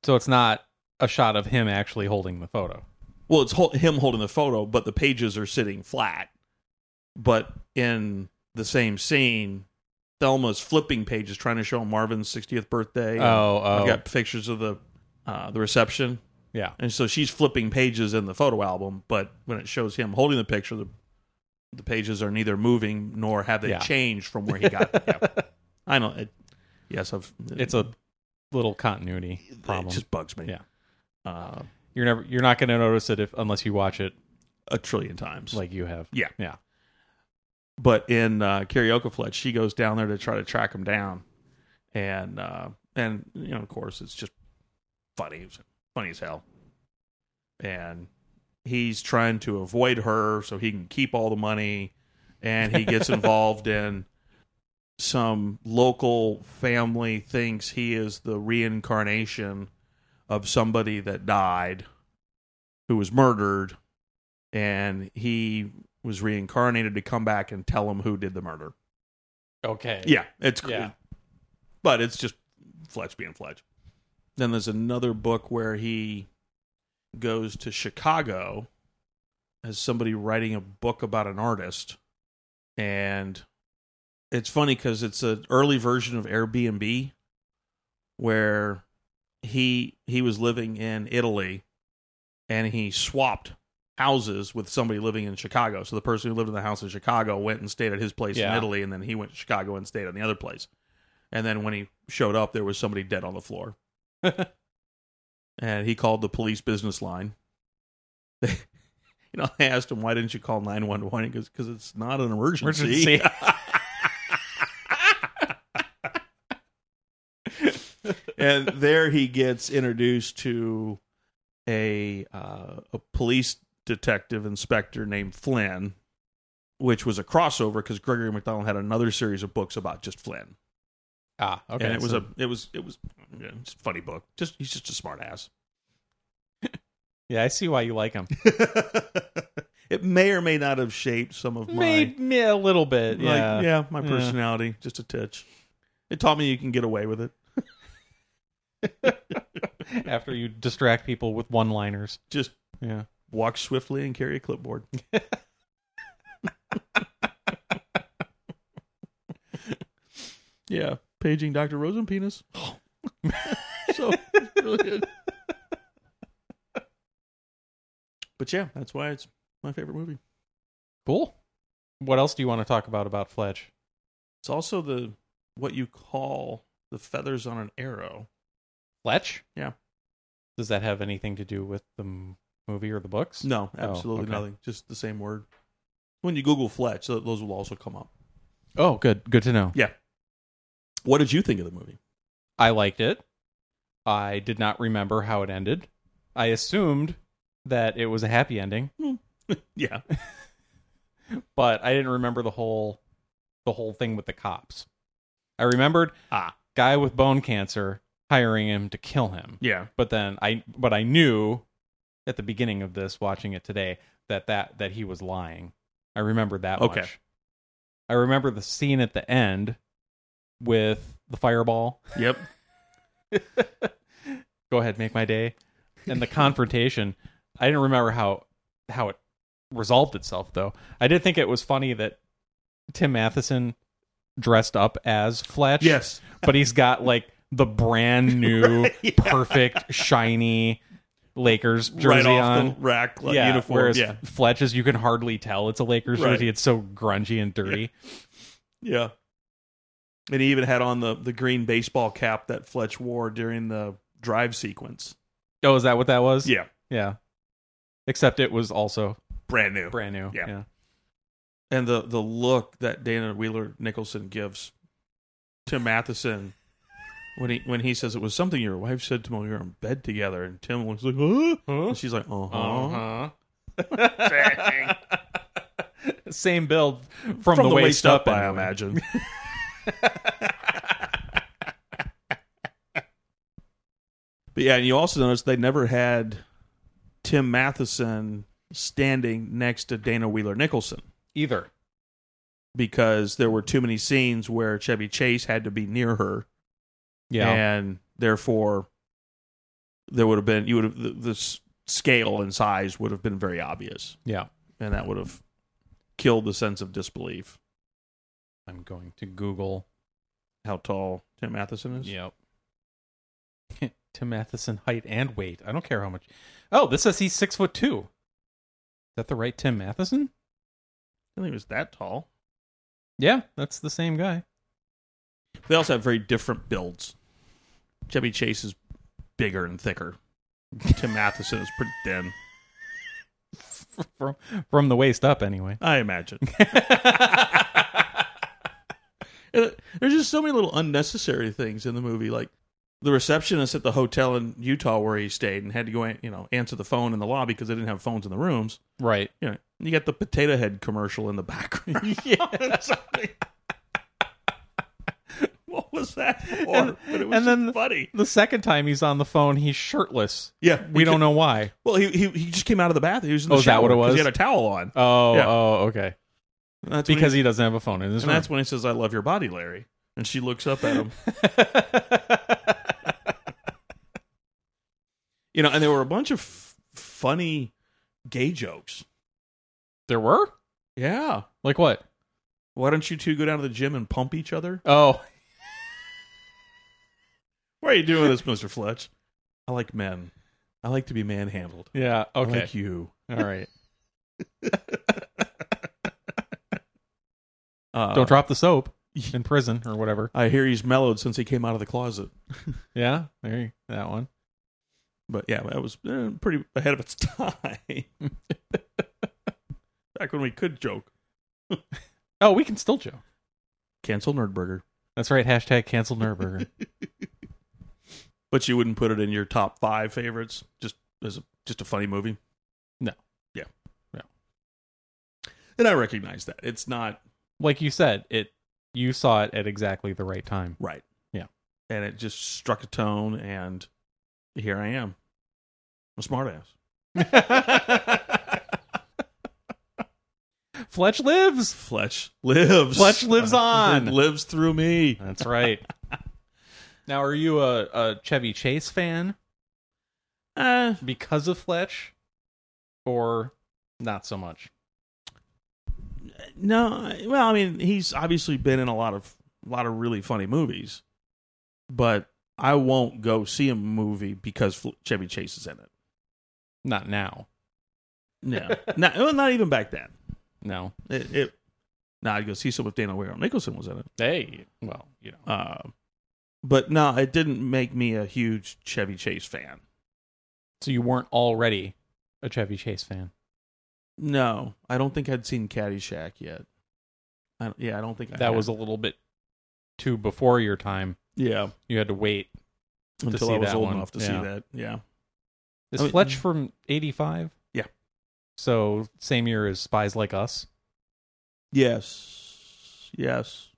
S2: So it's not a shot of him actually holding the photo.
S1: Well, it's hol- him holding the photo, but the pages are sitting flat. But in the same scene, Thelma's flipping pages trying to show Marvin's 60th birthday.
S2: Oh, oh.
S1: I've got pictures of the uh, the reception,
S2: Yeah.
S1: and so she's flipping pages in the photo album. But when it shows him holding the picture, the the pages are neither moving nor have they
S2: Yeah.
S1: changed from where he got. it. Yeah. I know. It, yes, I've,
S2: It's a little continuity problem.
S1: it just bugs me.
S2: Yeah.
S1: uh,
S2: you're never you're not going to notice it if unless you watch it
S1: a trillion times.
S2: like you have.
S1: Yeah.
S2: Yeah.
S1: but in uh, Karaoke Fletch, she goes down there to try to track him down, and uh, and you know, of course, it's just funny, It's funny as hell, and he's trying to avoid her so he can keep all the money, and he gets involved in some local family thinks he is the reincarnation of somebody that died who was murdered and he was reincarnated to come back and tell him who did the murder.
S2: Okay.
S1: Yeah, it's cool.
S2: Yeah.
S1: But it's just Fletch being Fletch. Then there's another book where he goes to Chicago as somebody writing a book about an artist. And it's funny because it's an early version of Airbnb where he he was living in Italy and he swapped houses with somebody living in Chicago. So the person who lived in the house in Chicago went and stayed at his place in
S2: Yeah.
S1: Italy and then he went to Chicago and stayed at the other place. And then when he showed up there was somebody dead on the floor. and he called the police business line. you know, I asked him why didn't you call 911 because cuz it's not an
S2: Emergency.
S1: and there he gets introduced to a uh, a police detective inspector named Flynn, which was a crossover because Gregory McDonald had another series of books about just Flynn,
S2: ah. Okay.
S1: and it was
S2: so-
S1: a it was it was yeah, it's a funny book. Just he's just a smart ass.
S2: yeah. I see why you like him.
S1: it may or may not have shaped some of my
S2: Made me a little bit.
S1: Like,
S2: Yeah.
S1: yeah, my
S2: Yeah.
S1: personality, just a titch. It taught me you can get away with it.
S2: After you distract people with one-liners.
S1: Just
S2: Yeah.
S1: walk swiftly and carry a clipboard. yeah, paging Dr. Rosenpenis. so brilliant. But yeah, that's why it's my favorite movie.
S2: Cool. What else do you want to talk about about Fletch?
S1: It's also the what you call the feathers on an arrow.
S2: Fletch?
S1: Yeah.
S2: Does that have anything to do with the m- movie or the books?
S1: No,
S2: Oh,
S1: absolutely
S2: okay.
S1: nothing. Just the same word. When you Google Fletch, tho- those will also come up.
S2: Oh, good. Good to know.
S1: Yeah. What did you think of the movie?
S2: I liked it. I did not remember how it ended. I assumed that it was a happy ending,
S1: Yeah.
S2: but I didn't remember the whole the whole thing with the cops. I remembered
S1: Ah.
S2: guy with bone cancer hiring him to kill him.
S1: Yeah.
S2: But then I but I knew at the beginning of this watching it today that that that he was lying. I remembered that
S1: Okay.
S2: much. I remember the scene at the end with the fireball.
S1: Yep.
S2: go ahead make my day and the confrontation i didn't remember how how it resolved itself though i did think it was funny that tim matheson dressed up as fletch
S1: Yes.
S2: but he's got like the brand new perfect shiny lakers jersey
S1: right off
S2: on
S1: the rack like,
S2: yeah,
S1: uniform.
S2: whereas
S1: Yeah,
S2: Fletch's, you can hardly tell it's a Lakers
S1: Right.
S2: jersey. It's so grungy and dirty.
S1: yeah. And he even had on the the green baseball cap that Fletch wore during the drive sequence.
S2: Oh, is that what that was?
S1: Yeah,
S2: yeah. Except it was also
S1: brand new.
S2: brand new.
S1: Yeah. And the the look that Dana Wheeler Nicholson gives to Matheson when he when he says it was something your wife said to me when we were in bed together, and Tim was like, huh?
S2: Huh?
S1: And she's like, uh huh.
S2: Uh
S1: Uh-huh.
S2: huh. Same build from, the, waist, up,
S1: I
S2: anyway.
S1: imagine. but yeah, and you also notice they never had Tim Matheson standing next to Dana Wheeler Nicholson
S2: Either.
S1: because there were too many scenes where Chevy Chase had to be near her,
S2: Yeah.
S1: and therefore there would have been you would have the, the s- scale and size would have been very obvious,
S2: yeah.
S1: and that would have killed the sense of disbelief.
S2: I'm going to Google.
S1: How tall Tim Matheson is?
S2: Yep. Tim Matheson height and weight. I don't care how much. Oh, this says he's six foot two. Is that the right Tim Matheson?
S1: I think he was that tall.
S2: Yeah, that's the same guy.
S1: They also have very different builds. Chevy Chase is bigger and thicker. Tim Matheson is pretty thin.
S2: From from the waist up, anyway.
S1: I imagine. And, uh, There's just so many little unnecessary things in the movie, like the receptionist at the hotel in Utah where he stayed and had to go, an- you know, answer the phone in the lobby because they didn't have phones in the rooms.
S2: Right.
S1: You know, you got the potato head commercial in the background. It's like- what was that for?
S2: And-
S1: but it was just
S2: and then-
S1: funny.
S2: The second time he's on the phone, he's shirtless.
S1: Yeah,
S2: We don't know why.
S1: Well, he, he he just came out of the bath. He was in the
S2: Oh, is that
S1: shower
S2: what it
S1: 'cause
S2: was?
S1: He had a towel on.
S2: Oh,
S1: Yeah.
S2: oh, okay.
S1: And that's when
S2: Because
S1: he,
S2: he doesn't have a phone in his
S1: and
S2: room.
S1: that's when he says, "I love your body, Larry." And she looks up at him. you know, and there were a bunch of f- funny gay jokes.
S2: there were?
S1: Yeah.
S2: Like what?
S1: Why don't you two go down to the gym and pump each other?
S2: Oh.
S1: Why are you doing this, Mister Fletch? I like men. I like to be manhandled.
S2: Yeah,
S1: I
S2: okay.
S1: like you.
S2: All right.
S1: Uh,
S2: Don't drop the soap in prison or whatever.
S1: I hear he's mellowed since he came out of the closet.
S2: Yeah, there you, that one.
S1: But yeah, that was eh, pretty ahead of its time. Back when we could joke.
S2: Oh, we can still joke.
S1: Cancel Nerdburger.
S2: That's right. Hashtag cancel Nurburger.
S1: But you wouldn't put it in your top five favorites, just as a, just a funny movie.
S2: No.
S1: Yeah.
S2: No.
S1: And I recognize that it's not
S2: like you said, it you saw it at exactly the right time.
S1: right.
S2: Yeah.
S1: And it just struck a tone, and here I am, I'm a smartass.
S2: Fletch lives.
S1: Fletch lives.
S2: Fletch lives on.
S1: lives through me.
S2: That's right. now, are you a, a Chevy Chase fan
S1: Uh,
S2: because of Fletch, or not so much?
S1: No, well, I mean, he's obviously been in a lot of a lot of really funny movies, but I won't go see a movie because Fl- Chevy Chase is in it.
S2: Not now.
S1: No, not, well, not even back then.
S2: No.
S1: It, it no, I'd go see some if Daniel Ware Nicholson was in it.
S2: Hey. Well, you know.
S1: Uh, but no, it didn't make me a huge Chevy Chase fan.
S2: So you weren't already a Chevy Chase fan.
S1: No, I don't think I'd seen Caddyshack yet. I, don't- yeah, I don't think I
S2: That
S1: had.
S2: was a little bit too before your time.
S1: yeah
S2: You had to wait.
S1: until
S2: see
S1: I was
S2: that
S1: old
S2: one.
S1: enough to
S2: Yeah.
S1: see that. Yeah,
S2: Is
S1: I mean- mm.
S2: Fletch from '85?
S1: Yeah.
S2: So same year as Spies Like Us.
S1: yes, yes,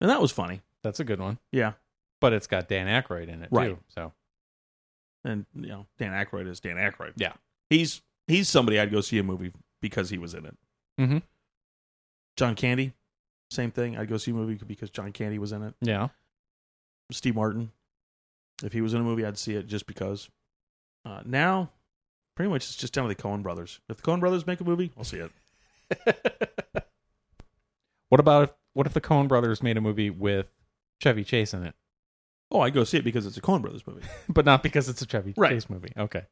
S1: and that was funny.
S2: That's a good one.
S1: Yeah.
S2: But it's got Dan Aykroyd in it
S1: Right.
S2: too. So
S1: And you know, Dan Aykroyd is Dan Aykroyd.
S2: Yeah.
S1: He's he's somebody I'd go see a movie because he was in it.
S2: Mhm.
S1: John Candy, same thing. I'd go see a movie because John Candy was in it.
S2: yeah,
S1: Steve Martin, if he was in a movie, I'd see it just because. Uh, now, pretty much it's just down to the Coen Brothers. If the Coen Brothers make a movie, I'll see it.
S2: What about if, what if the Coen brothers made a movie with Chevy Chase in it,
S1: Oh, I go see it because it's a Coen Brothers movie.
S2: but not because it's a Chevy
S1: Right.
S2: Chase movie? Okay.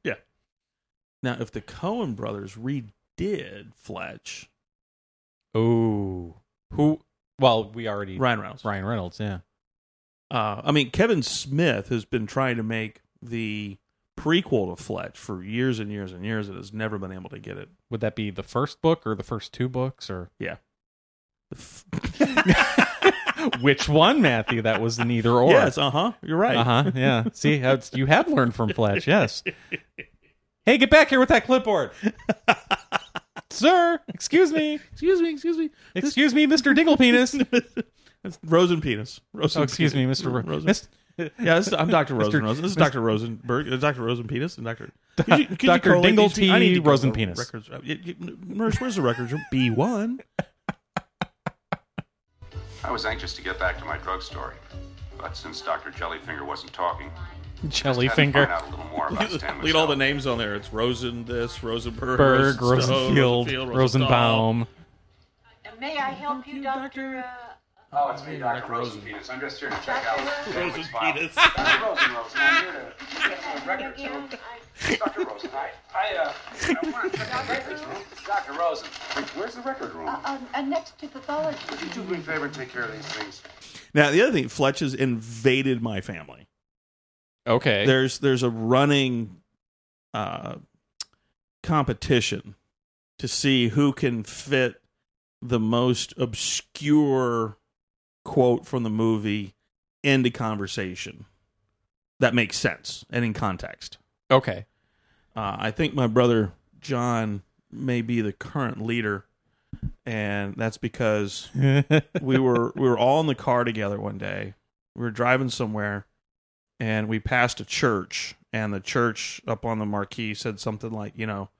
S1: now, if the Coen Brothers redid Fletch,
S2: Ooh, who? Well, we already
S1: Ryan Reynolds,
S2: Ryan Reynolds. Yeah.
S1: Uh, I mean, Kevin Smith has been trying to make the prequel to Fletch for years and years and years, and has never been able to get it.
S2: Would that be the first book or the first two books or
S1: The f-
S2: which one, Matthew? That was neither or.
S1: yes, uh huh. You're right.
S2: Uh huh. Yeah. See, how it's- you have learned from Fletch. Yes. Hey, get back here with that clipboard, sir. Excuse me.
S1: Excuse me, excuse me.
S2: Excuse me, Mr. Dingle Penis.
S1: That's Rosen penis. Rosen
S2: Oh, excuse me,
S1: penis.
S2: Mr. Ro-
S1: Rosen.
S2: Mis-
S1: yeah, this is, I'm Dr.
S2: Mr.
S1: Rosen. Rosen. This is
S2: Mr.
S1: Dr. Rosenberg. uh, Dr. Rosen penis and Dr. Could you- could you
S2: Dr.
S1: correlate
S2: Dingle
S1: these two? I need
S2: T.
S1: to go
S2: Rosen
S1: over
S2: penis.
S1: Records. Uh, y- y- Nurse, where's the records? B1.
S6: I was anxious to get back to my drug story, but since Dr. Jellyfinger wasn't talking,
S2: Jelly
S6: had to
S2: finger.
S6: find out a little more about Stan
S1: Leave all the
S6: Wiesel.
S1: names on there. It's Rosen this, Rosenberg,
S2: Berg,
S1: Rosenstone,
S2: Rosenfield, Rosenbaum.
S8: May I help you, Doctor? Uh,
S6: Oh, it's me, Dr. Rosenpenis. I'm just here to check out
S1: Rosenstahl, Rosen penis.
S6: Dr. Rosen, Rosen, I'm here to get
S8: name again? I,
S6: Dr. Rosen, I, I, uh, I want to check the records room. Dr. Rosen, where's the record room?
S8: uh, uh, uh, next to pathology.
S6: Would you two do me a favor and take care of these things?
S1: Now the other thing, Fletch has invaded my family.
S2: Okay.
S1: There's there's a running uh, competition to see who can fit the most obscure quote from the movie into conversation that makes sense and in context.
S2: okay.
S1: Uh, I think my brother John may be the current leader, and that's because we were we were all in the car together one day. We were driving somewhere, and we passed a church, and the church up on the marquee said something like, you know,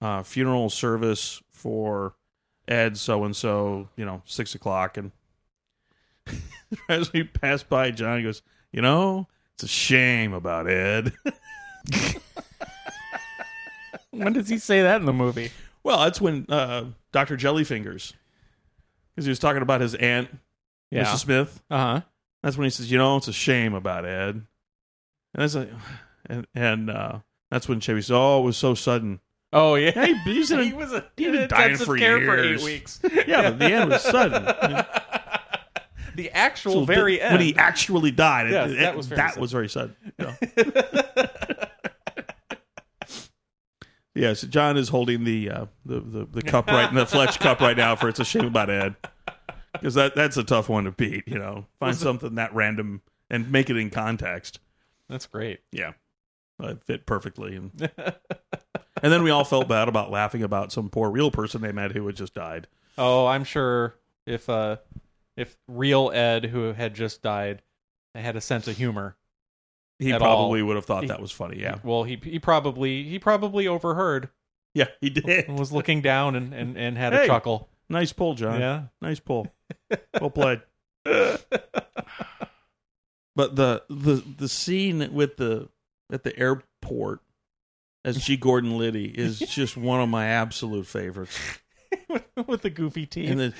S1: uh, funeral service for Ed so and so, you know, six o'clock. And as we passed by, John goes, you know, it's a shame about Ed.
S2: when does he say that in the movie?
S1: Well, that's when uh, Dr. Jellyfingers, because he was talking about his aunt, Mrs. Smith.
S2: Uh huh.
S1: That's when he says, "You know, it's a shame about Ed." And it's like, and and uh, that's when Chevy says, "Oh, it was so sudden."
S2: Oh yeah.
S1: Hey, he's in a-
S2: he was a,
S1: he's
S2: in
S1: been dying
S2: intensive
S1: for
S2: care for eight
S1: years.
S2: weeks.
S1: Yeah, but the end was sudden. Yeah.
S2: the actual
S1: So
S2: very
S1: the-
S2: end.
S1: when he actually died. it-
S2: Yes,
S1: it-
S2: that was very sudden.
S1: was very sudden. Yeah. Yes, John is holding the, uh, the the the cup right the Fletch cup right now for it's a shame about Ed because that that's a tough one to beat. You know, find something that random and make it in context.
S2: That's great.
S1: Yeah, Uh, it fit perfectly, and and then we all felt bad about laughing about some poor real person they met who had just died.
S2: Oh, I'm sure if uh if real Ed who had just died had a sense of humor.
S1: He
S2: At all.
S1: probably would have thought
S2: He-
S1: that was funny. Yeah,
S2: Well, he he probably he probably overheard
S1: yeah, he did.
S2: and was looking down and and, and had
S1: Hey.
S2: a chuckle.
S1: Nice pull, John.
S2: Yeah.
S1: Nice pull. Well played. but the the the scene with the at the airport as G. Gordon Liddy is just one of my absolute favorites.
S2: With the goofy teeth.
S1: And then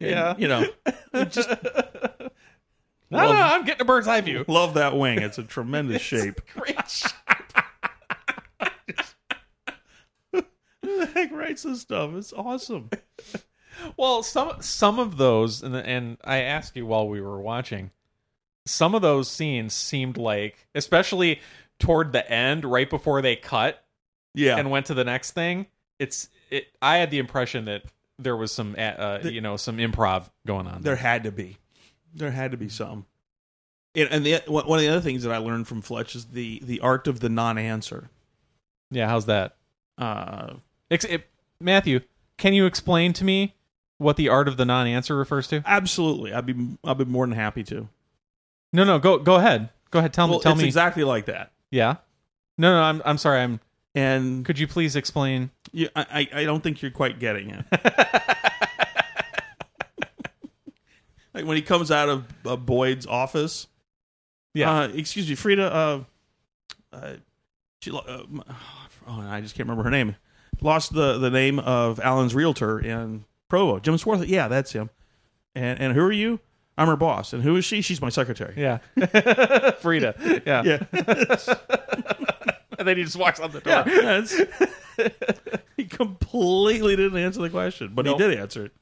S2: Yeah.
S1: you know, just
S2: no, no,
S1: Love-
S2: I'm getting a bird's eye view.
S1: love that wing. It's a tremendous shape.
S2: Great. sh-
S1: Who the heck writes this stuff? It's awesome.
S2: Well, some some of those, and and I asked you while we were watching, some of those scenes seemed like, especially toward the end, right before they cut
S1: Yeah.
S2: and went to the next thing. It's it. I had the impression that there was some, uh, uh, you know, some improv going on.
S1: There had to be. There had to be some. And, and the, one one of the other things that I learned from Fletch is the the art of the non-answer.
S2: Yeah, how's that?
S1: Uh,
S2: Ex- it, Matthew, can you explain to me what the art of the non-answer refers to?
S1: absolutely, I'd be I'd be more than happy to.
S2: No, no, go go ahead. Go ahead. Tell
S1: Well,
S2: me. Tell
S1: it's
S2: me.
S1: exactly like that.
S2: yeah. No, no, I'm I'm sorry. I'm.
S1: And
S2: Could you please explain?
S1: you, I I I don't think you're quite getting it. like when he comes out of uh, Boyd's office.
S2: Yeah.
S1: Uh, excuse me, Frida. Uh, uh, she, lo- uh, m- oh, I just can't remember her name. Lost the, the name of Alan's realtor in Provo, Jim Swarth. Yeah, that's him. And and who are you? I'm her boss. And who is she? She's my secretary.
S2: Yeah. Frida. Yeah.
S1: Yeah.
S2: And then he just walks out the
S1: Yeah, that's- he completely didn't answer the question, but
S2: Nope.
S1: he did answer it.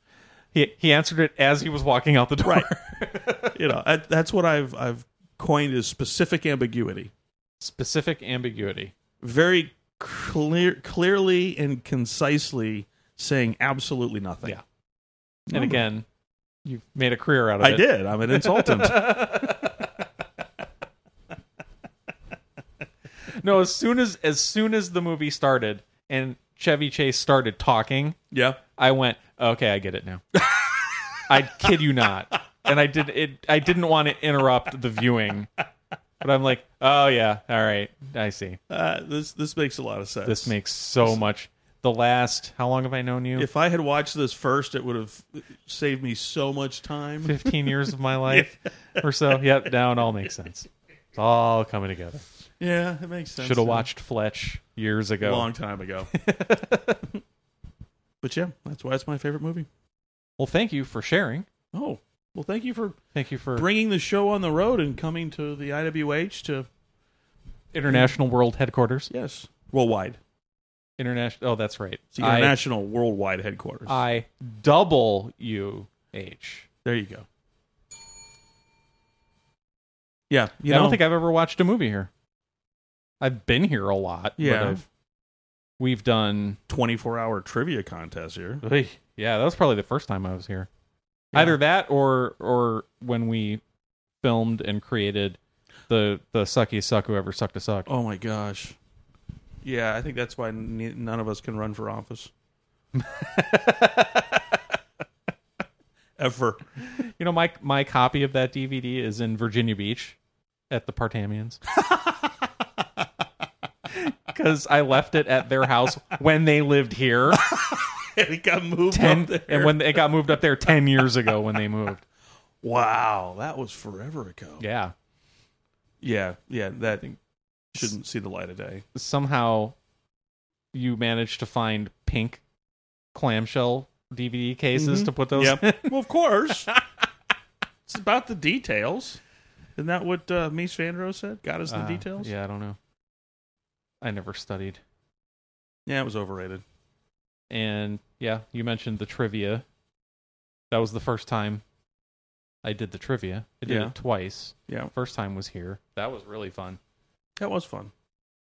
S2: He, he answered it as he was walking out the door.
S1: Right. You know, that, that's what I've I've coined as specific ambiguity.
S2: Specific ambiguity.
S1: Very clear, clearly and concisely saying absolutely nothing.
S2: Yeah. And again, you made a career out of
S1: I
S2: it.
S1: did. I'm an insultant.
S2: No, as soon as as soon as the movie started and Chevy Chase started talking,
S1: yeah.
S2: I went, okay, I get it now. I kid you not, and I did it. I didn't want to interrupt the viewing, but I'm like, oh yeah, all right, I see.
S1: Uh, this this makes a lot of sense.
S2: This makes so much. The last, how long have I known you?
S1: If I had watched this first, it would have saved me so much time.
S2: 15 years of my life or so. Yep, now it all makes sense. It's all coming together.
S1: Yeah, it makes sense.
S2: Should have
S1: now.
S2: watched Fletch years
S1: a
S2: ago.
S1: long time ago. but yeah, that's why it's my favorite movie.
S2: Well, thank you for sharing.
S1: Oh, well, thank you for
S2: Thank you for
S1: bringing the show on the road and coming to the IWH to
S2: International World Headquarters.
S1: Yes. Worldwide.
S2: International. Oh, that's right.
S1: It's the international worldwide headquarters.
S2: I double U H.
S1: there you go. Yeah. You
S2: I
S1: know,
S2: don't think I've ever watched a movie here. I've been here a lot. but
S1: Yeah.
S2: I've- we've done.
S1: 24 hour trivia contest here.
S2: Yeah, that was probably the first time I was here. Either that or or when we filmed and created the the sucky suck whoever sucked a suck.
S1: Oh my gosh. Yeah, I think that's why ne- none of us can run for office. Ever.
S2: You know, my my copy of that DVD is in Virginia Beach at the Partamians. Because I left it at their house when they lived here,
S1: And it got moved up
S2: ten,
S1: there.
S2: and when it got moved up there ten years ago when they moved.
S1: wow, that was forever ago.
S2: Yeah,
S1: yeah, yeah, that shouldn't see the light of day.
S2: somehow you managed to find pink clamshell DVD cases to put those. in.
S1: Mm-hmm. Yep. well, of course. it's about the details. Isn't that what uh, Mies van Rohe said? Got us the
S2: Uh,
S1: details?
S2: Yeah, I don't know. I never studied.
S1: Yeah, it was overrated.
S2: And yeah, you mentioned the trivia. That was the first time I did the trivia. I did
S1: Yeah.
S2: it twice.
S1: Yeah.
S2: First time was here. That was really fun.
S1: That was fun.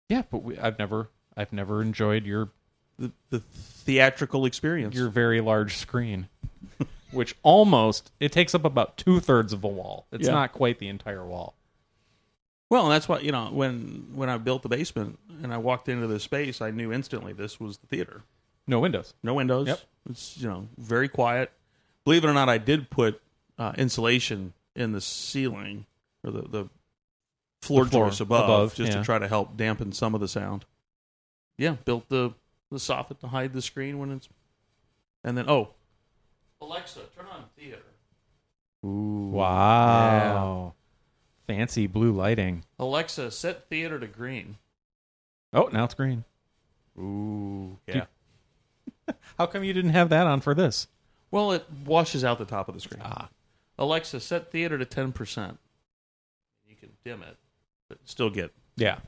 S2: Yeah, but we, I've never I've never enjoyed your
S1: The, the theatrical experience.
S2: your very large screen. Which almost it takes up about two thirds of a wall. It's
S1: Yeah.
S2: not quite the entire wall.
S1: Well, and that's why you know when when I built the basement and I walked into this space, I knew instantly this was the theater.
S2: No windows.
S1: No windows.
S2: Yep.
S1: It's you know very quiet. Believe it or not, I did put uh, insulation in the ceiling or the the floor,
S2: The floor
S1: joists above,
S2: above,
S1: just
S2: yeah.
S1: to try to help dampen some of the sound. Yeah, built the the soffit to hide the screen when it's and then oh
S3: Alexa, turn on theater.
S2: Wow. Fancy blue lighting.
S3: Alexa, set theater to green.
S2: Oh, now it's green.
S1: ooh yeah.
S2: Dude. How come you didn't have that on for this?
S1: Well, it washes out the top of the screen.
S2: Ah.
S1: Alexa, set theater to ten percent. You can dim it, but still get
S2: Yeah.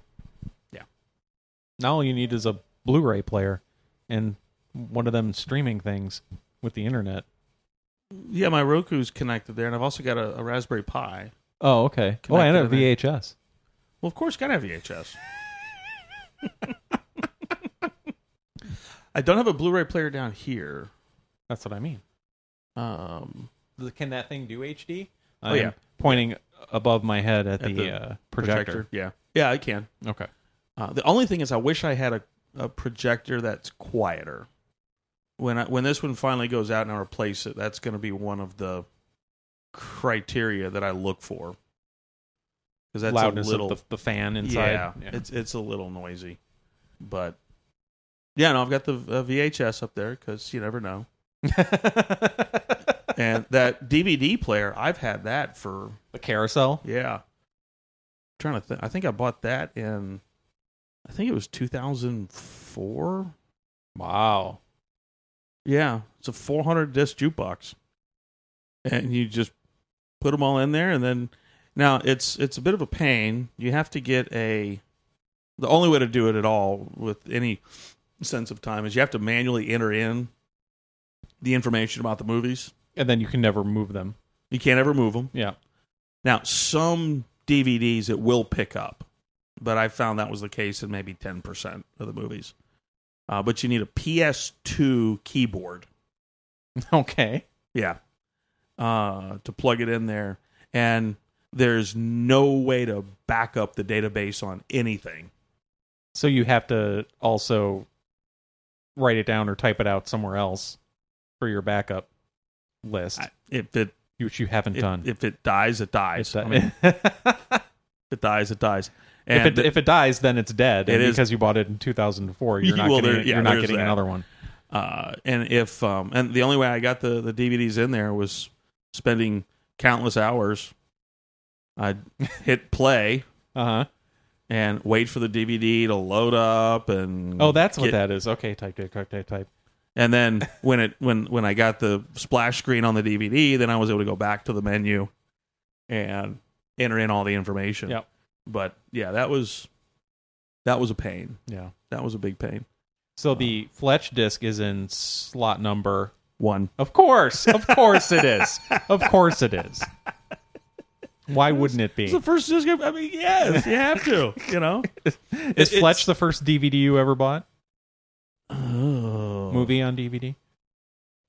S1: Yeah.
S2: Now all you need is a Blu ray player and one of them streaming things with the internet.
S1: yeah. My Roku's connected there, and I've also got a, a Raspberry Pi.
S2: Oh, okay.
S1: Oh, and a
S2: VHS.
S1: Well, of course, gotta have VHS. I don't have a Blu-ray player down here.
S2: That's what I mean.
S1: Um,
S2: Can that thing do HD?
S1: Oh, yeah.
S2: Pointing above my head at, the,
S1: the
S2: uh, projector.
S1: yeah, yeah, I can.
S2: Okay.
S1: Uh, the only thing is, I wish I had a, a projector that's quieter. When I, when this one finally goes out and I replace it, that's going to be one of the criteria that I look for. Because that's
S2: Loudness
S1: a little
S2: of the, the fan inside.
S1: Yeah, it's it's a little noisy, but yeah, no, I've got the uh, VHS up there because you never know. And that DVD player, I've had that for
S2: the carousel.
S1: yeah. trying to think. I think I bought that in, I think it was 2004.
S2: Wow.
S1: Yeah, it's a 400 disc jukebox, and you just put them all in there, and then now it's it's a bit of a pain. You have to get a. The only way to do it at all with any sense of time is you have to manually enter in the information about the movies.
S2: And then you can never move them.
S1: You can't ever move them.
S2: Yeah.
S1: Now, some DVDs it will pick up, but I found that was the case in maybe 10% of the movies. Uh, but you need a PS2 keyboard.
S2: Okay.
S1: Yeah. Uh, to plug it in there. And there's no way to back up the database on anything.
S2: So you have to also write it down or type it out somewhere else for your backup list,
S1: I- If it
S2: which you haven't
S1: if,
S2: done.
S1: if it dies, it dies.
S2: It's that-
S1: I mean, if it dies, it dies. And
S2: if, it, if it dies, then it's dead. and
S1: It is-
S2: because you bought it in 2004, you're not
S1: Well,
S2: getting,
S1: there- yeah,
S2: you're not
S1: there's
S2: getting
S1: that.
S2: another one.
S1: uh, and if um, and the only way I got the the DVDs in there was spending countless hours. I'd hit play
S2: Uh huh.
S1: Mm-hmm. and wait for the DVD to load up, and
S2: Oh, that's what
S1: get-
S2: that is. Okay, type, type, type, type, type.
S1: And then when it when when I got the splash screen on the DVD, then I was able to go back to the menu and enter in all the information.
S2: Yep.
S1: But yeah, that was That was a pain.
S2: Yeah.
S1: That was a big pain.
S2: So the
S1: Uh-huh.
S2: Fletch disc is in slot number.
S1: One.
S2: Of course, of course it is. Of course it is. Why wouldn't it
S1: It's
S2: be?
S1: the first disc. I mean, yes, you have to. You know,
S2: Is
S1: it's-
S2: Fletch the first DVD you ever bought?
S1: oh,
S2: Movie on DVD?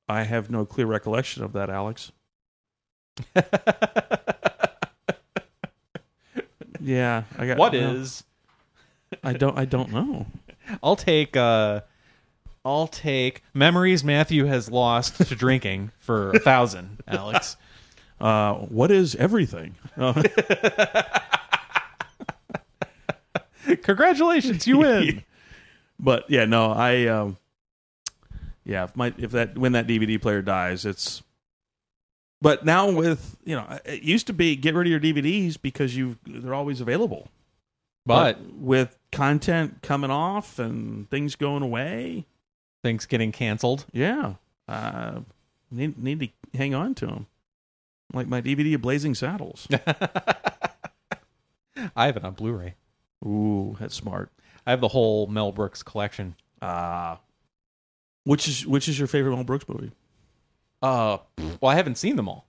S1: I have no clear recollection of that, Alex. Yeah, I got
S2: What
S1: no.
S2: is?
S1: I don't. I don't know.
S2: I'll take uh I'll take memories Matthew has lost to drinking for a thousand, Alex.
S1: Uh, what is everything? Uh,
S2: Congratulations, you win.
S1: but yeah, no, I. Um, yeah, if my if that when that DVD player dies, it's. But now with you know, it used to be get rid of your DVDs because you they're always available.
S2: But
S1: with content coming off and things going away,
S2: things getting canceled.
S1: yeah, uh, need need to hang on to them. Like my DVD of Blazing Saddles.
S2: I have it on Blu-ray.
S1: Ooh, that's smart.
S2: I have the whole Mel Brooks collection. Ah.
S1: Uh which is which is your favorite Mel Brooks movie?
S2: Uh well I haven't seen them all.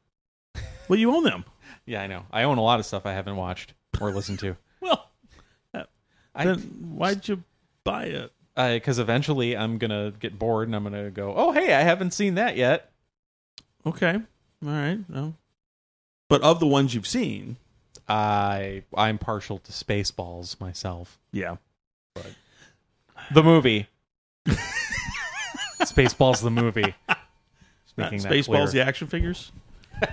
S1: Well, you own them.
S2: Yeah, I know. I own a lot of stuff I haven't watched or listened to.
S1: Well,
S2: I
S1: then why'd you buy it?
S2: because eventually I'm gonna get bored and I'm gonna go, oh hey, I haven't seen that yet.
S1: Okay, all right. Well. But of the ones you've seen,
S2: I I'm partial to Spaceballs myself.
S1: yeah,
S2: The movie. Spaceballs the movie. Just
S1: Not
S2: making that
S1: Spaceballs
S2: clear.
S1: the action figures,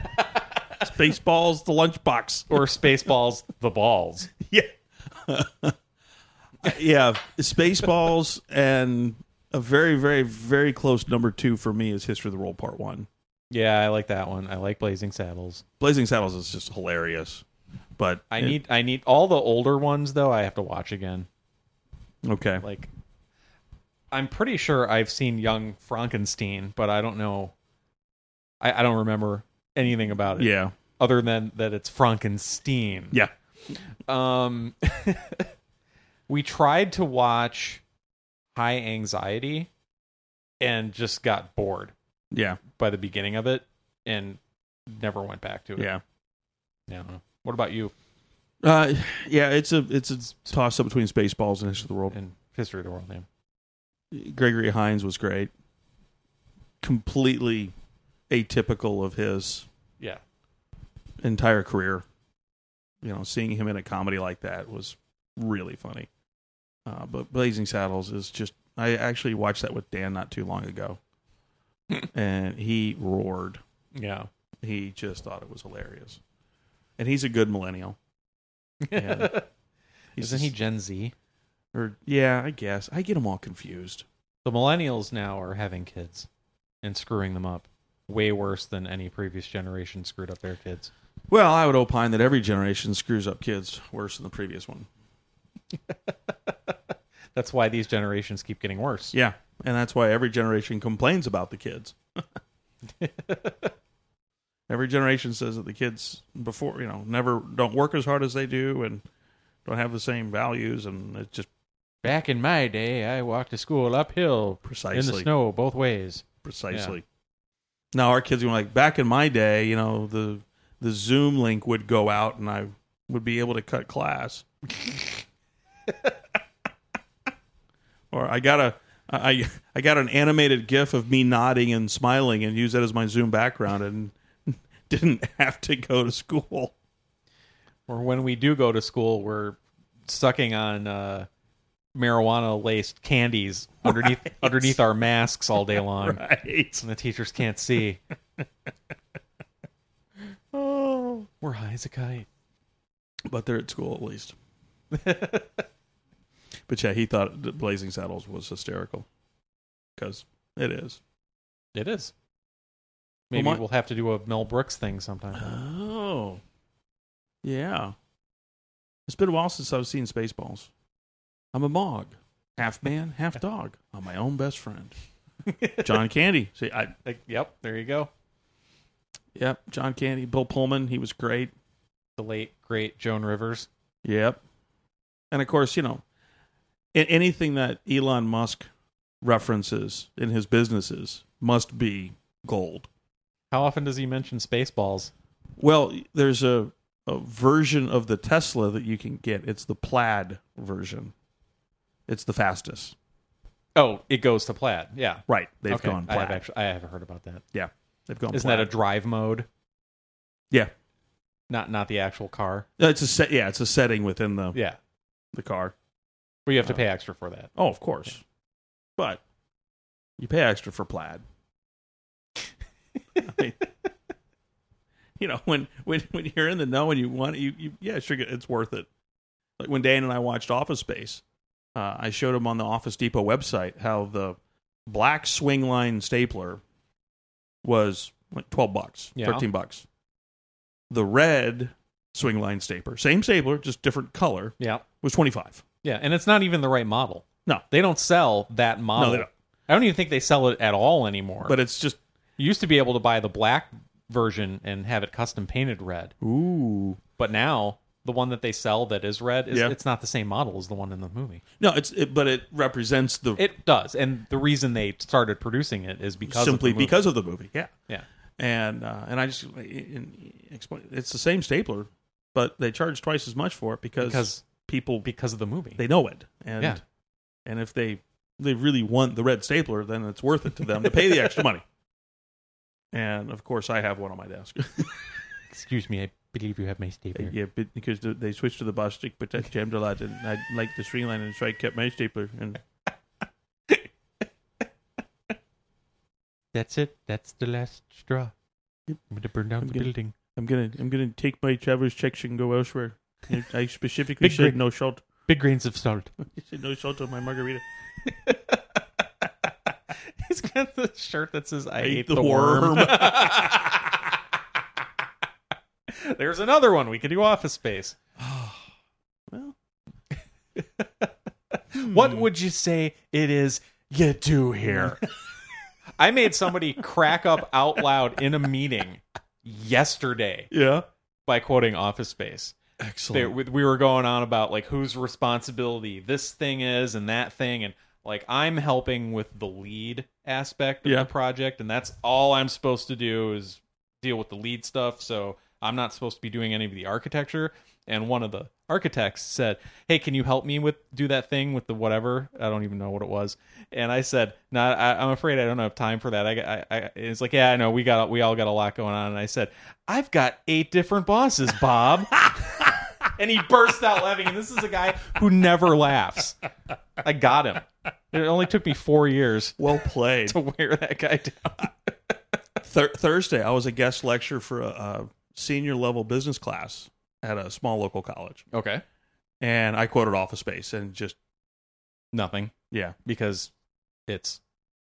S1: Spaceballs the lunchbox.
S2: Or Spaceballs the balls.
S1: Yeah. yeah. Spaceballs and a very, very, very close number two for me is History of the World Part One.
S2: Yeah, I like that one. I like Blazing Saddles.
S1: Blazing Saddles is just hilarious. But
S2: I need I need all the older ones though I have to watch again.
S1: Okay.
S2: Like I'm pretty sure I've seen Young Frankenstein, but I don't know I, I don't remember anything about it.
S1: yeah.
S2: Other than that it's Frankenstein.
S1: Yeah.
S2: Um, we tried to watch High Anxiety and just got bored
S1: Yeah.
S2: by the beginning of it and never went back to it.
S1: Yeah.
S2: Yeah. What about you
S1: Uh, yeah, it's a it's a toss up between Spaceballs and History of the World.
S2: in History of the World Name?
S1: Gregory Hines was great. Completely atypical of his
S2: Yeah.
S1: entire career. You know, seeing him in a comedy like that was really funny. Uh, but Blazing Saddles is just. I actually watched that with Dan not too long ago,
S2: Hmm.
S1: and he roared.
S2: Yeah.
S1: He just thought it was hilarious, and he's a good millennial. Yeah. He's
S2: Isn't he
S1: just-
S2: Gen Z?
S1: Or yeah, I guess I get them all confused.
S2: The millennials now are having kids and screwing them up way worse than any previous generation screwed up their kids.
S1: Well, I would opine that every generation screws up kids worse than the previous one.
S2: That's why these generations keep getting worse.
S1: Yeah, and that's why every generation complains about the kids. every generation says that the kids before you know never don't work as hard as they do and don't have the same values, and it's just
S2: Back in my day, I walked to school uphill in the
S1: Precisely.
S2: snow both ways.
S1: precisely. Now our kids are like back in my day, you know the the Zoom link would go out, and I would be able to cut class. or I got a I I got an animated GIF of me nodding and smiling, and use that as my Zoom background, and didn't have to go to school.
S2: Or when we do go to school, we're sucking on uh, marijuana laced candies underneath underneath our masks all day long,
S1: Right?
S2: and the teachers can't see. oh, we're high as a kite.
S1: But they're at school at least. but yeah, he thought that Blazing Saddles was hysterical because it is.
S2: It is.
S1: Well,
S2: Maybe
S1: my-
S2: we'll have to do a Mel Brooks thing sometime.
S1: Oh, yeah. It's been a while since I've seen Spaceballs. I'm a mog, half man, half dog. I'm my own best friend,
S2: Uh-huh.
S1: John Candy. See, I
S2: Like, yep, there you go.
S1: yep, John Candy, Bill Pullman. He was great.
S2: The late great Joan Rivers.
S1: Yep. And of course, you know, a- anything that Elon Musk references in his businesses must be gold.
S2: How often does he mention Spaceballs?
S1: Well, there's a, a version of the Tesla that you can get. It's the plaid version. It's the fastest.
S2: Oh, it goes to plaid. Yeah,
S1: Right. They've
S2: Okay.
S1: gone
S2: I have
S1: plaid.
S2: actually, I have heard about that.
S1: yeah. They've gone
S2: Isn't
S1: plaid.
S2: that a drive mode?
S1: Yeah.
S2: Not not the actual car.
S1: No, It's a set yeah, it's a setting within the
S2: Yeah,
S1: the car.
S2: where you have to pay extra for that.
S1: Oh, of course. But you pay extra for plaid. I mean, you know, when, when when you're in the know and you want it, you, you yeah, sure it's worth it. Like when Dan and I watched Office Space, uh, I showed him on the Office Depot website how the black swing line stapler was like twelve bucks,
S2: Yeah.
S1: thirteen bucks. The red swing line stapler, same stapler, just different color,
S2: Yeah,
S1: was twenty five.
S2: yeah, and it's not even the right model.
S1: No.
S2: they don't sell that model.
S1: they don't.
S2: I don't even think they sell it at all anymore.
S1: But it's just
S2: you used to be able to buy the black version and have it custom painted red,
S1: ooh.
S2: but now the one that they sell that is red is
S1: Yeah.
S2: it's not the same model as the one in the movie.
S1: No, it's it, but it represents the
S2: It does, and the reason they started producing it is because of
S1: simply
S2: the movie.
S1: because of the movie. Yeah,
S2: yeah.
S1: and uh, and I just and explain it's the same stapler, but they charge twice as much for it because,
S2: Because-
S1: people
S2: because of the movie.
S1: they know it and
S2: Yeah.
S1: and if they they really want the red stapler, then it's worth it to them to pay the extra money. And of course, I have one on my desk.
S2: Excuse me, I believe you have my stapler.
S1: yeah, but because the, they switched to the Bostic, but that jammed a lot, and I liked the string line, and so I kept my stapler. And
S2: That's it. That's the last straw.
S1: Yep.
S2: I'm gonna burn down
S1: I'm
S2: the
S1: gonna-
S2: building.
S1: I'm gonna I'm gonna take my traveler's checks and go elsewhere. And I specifically
S2: Big
S1: said
S2: drink.
S1: no salt.
S2: Big grains of salt.
S1: You said no salt on my margarita.
S2: He's got the shirt that says "I,
S1: I
S2: hate,
S1: ate
S2: the,
S1: the
S2: worm."
S1: worm.
S2: There's another one we could do. Office Space.
S1: Well.
S2: what would you say it is you do here? I made somebody crack up out loud in a meeting yesterday
S1: Yeah.
S2: by quoting Office Space. they,
S1: Excellent.
S2: we, we were going on about like whose responsibility this thing is and that thing and like i'm helping with the lead aspect of
S1: Yeah.
S2: the project and that's all i'm supposed to do is deal with the lead stuff so i'm not supposed to be doing any of the architecture and one of the architects said hey can you help me with do that thing with the whatever i don't even know what it was and i said no I, i'm afraid i don't have time for that i, I, I it's like yeah i know we got we all got a lot going on and i said i've got eight different bosses bob and he burst out laughing. And this is a guy who never laughs. I got him. It only took me four years
S1: well played.
S2: to wear that guy down.
S1: Thur- Thursday, I was a guest lecturer for a, a senior level business class at a small local college,
S2: Okay.
S1: and I quoted Office Space and just
S2: Nothing
S1: yeah.
S2: because it's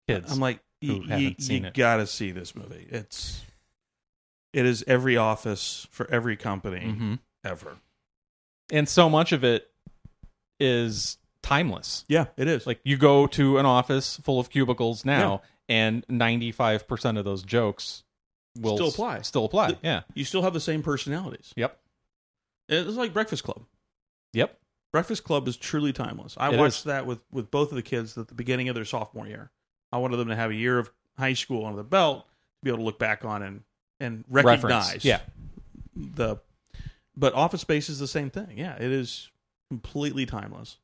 S2: kids.
S1: I'm like,
S2: who
S1: y- y-
S2: haven't seen
S1: you
S2: it.
S1: gotta see this movie. It's it is every office for every company
S2: Mhm.
S1: ever.
S2: and so much of it is timeless.
S1: Yeah, it is.
S2: Like you go to an office full of cubicles now, and 95% of those jokes will
S1: Still
S2: s-
S1: apply.
S2: Still apply.
S1: The-
S2: yeah.
S1: you still have the same personalities.
S2: Yep.
S1: It's like Breakfast Club.
S2: Yep.
S1: Breakfast Club is truly timeless. I
S2: It
S1: watched
S2: is.
S1: that with, with both of the kids at the beginning of their sophomore year. I wanted them to have a year of high school under the belt to be able to look back on and, and recognize
S2: Reference. Yeah.
S1: the but office space is the same thing. Yeah, it is completely timeless.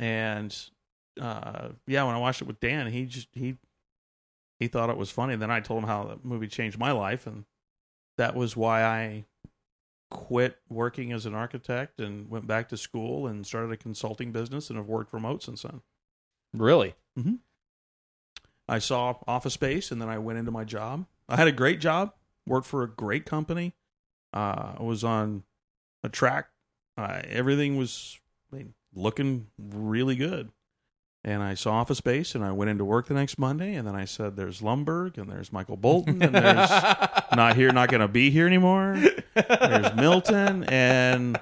S1: And uh yeah, when I watched it with Dan, he just he he thought it was funny. then I told him how the movie changed my life and that was why I quit working as an architect and went back to school and started a consulting business and have worked remote since then.
S2: Really?
S1: I saw Office Space, and then I went into my job. I had a great job, worked for a great company. Uh, I was on a track. Uh, everything was I mean, looking really good. And I saw Office Space, and I went into work the next Monday, and then I said, "There's Lumberg, and there's Michael Bolton, and there's not here, not going to be here anymore. There's Milton, and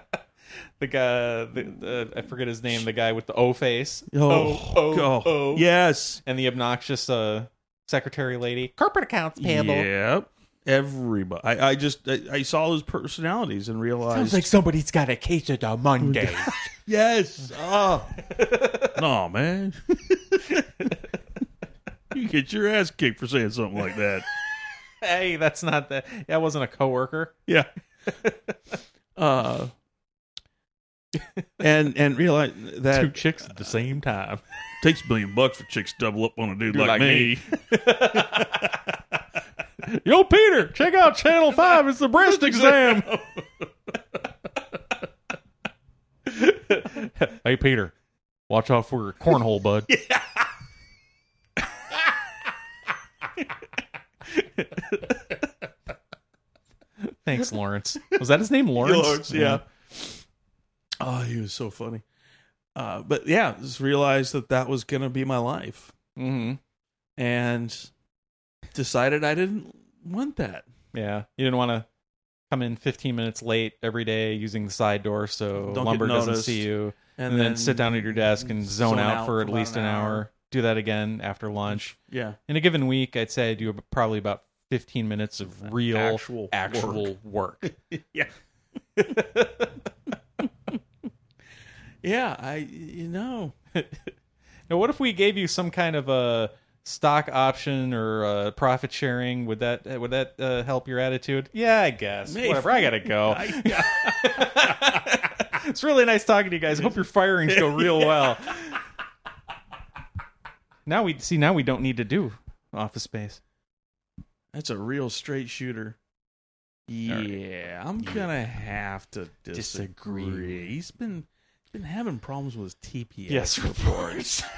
S2: the guy the, uh, i forget his name the guy with the o face
S1: oh, oh, yes,
S2: and the obnoxious uh secretary lady corporate accounts payable
S1: Yep. everybody. I, I just I, I saw those personalities and realized
S9: somebody's got a case of the Monday.
S1: yes. Oh. no, man. you get your ass kicked for saying something like that.
S2: Hey, that's not the. That wasn't a coworker.
S1: Yeah. Uh. and and realize that
S2: Two chicks at the same time.
S1: takes a billion bucks for chicks to double up on a dude like,
S2: like
S1: me.
S2: Yo, Peter, check out Channel Five. It's the breast exam. hey, Peter, watch out for your cornhole, bud. Thanks, Lawrence. Was that his name, Lawrence?
S1: Lawrence, yeah. Oh, he was so funny. Uh, but yeah, just realized that that was gonna be my life,
S2: hmm
S1: and decided I didn't want that.
S2: Yeah, you didn't want to come in 15 minutes late every day using the side door, so
S1: Don't get
S2: lumber doesn't
S1: noticed.
S2: see you. and, then, sit down at your desk and zone, out, for at
S1: about
S2: least an hour. Do that again after lunch.
S1: Yeah,
S2: In a given week, I'd say I do ab- probably about 15 minutes of real
S1: Actual
S2: actual work.
S1: yeah, yeah. I you know
S2: now, what if we gave you some kind of a stock option or uh, profit sharing? Would that would that uh, help your attitude? Yeah, I guess.
S1: Maybe.
S2: Whatever. I gotta go.
S1: I,
S2: it's really nice talking to you guys. I hope your firings go real well. Now we see. Now we don't need to do office space.
S1: that's a real straight shooter. Yeah, I'm gonna have to disagree. He's been been having problems with his TPS.
S2: reports.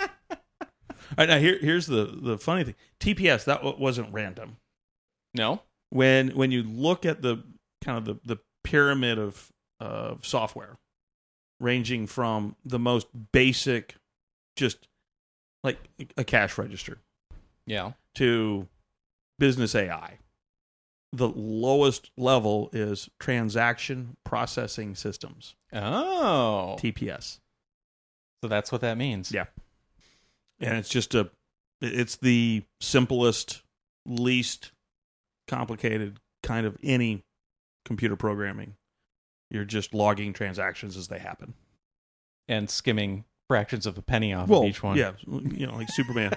S1: All right, now here, here's the the funny thing. TPS that w- wasn't random.
S2: No.
S1: When when you look at the kind of the the pyramid of of software, ranging from the most basic, just like a cash register,
S2: Yeah.
S1: to business AI. The lowest level is transaction processing systems
S2: Oh.
S1: (TPS).
S2: So that's what that means.
S1: Yeah. and it's just a it's the simplest least complicated kind of any computer programming you're just logging transactions as they happen
S2: And skimming fractions of a penny off of each one.
S1: yeah you know like superman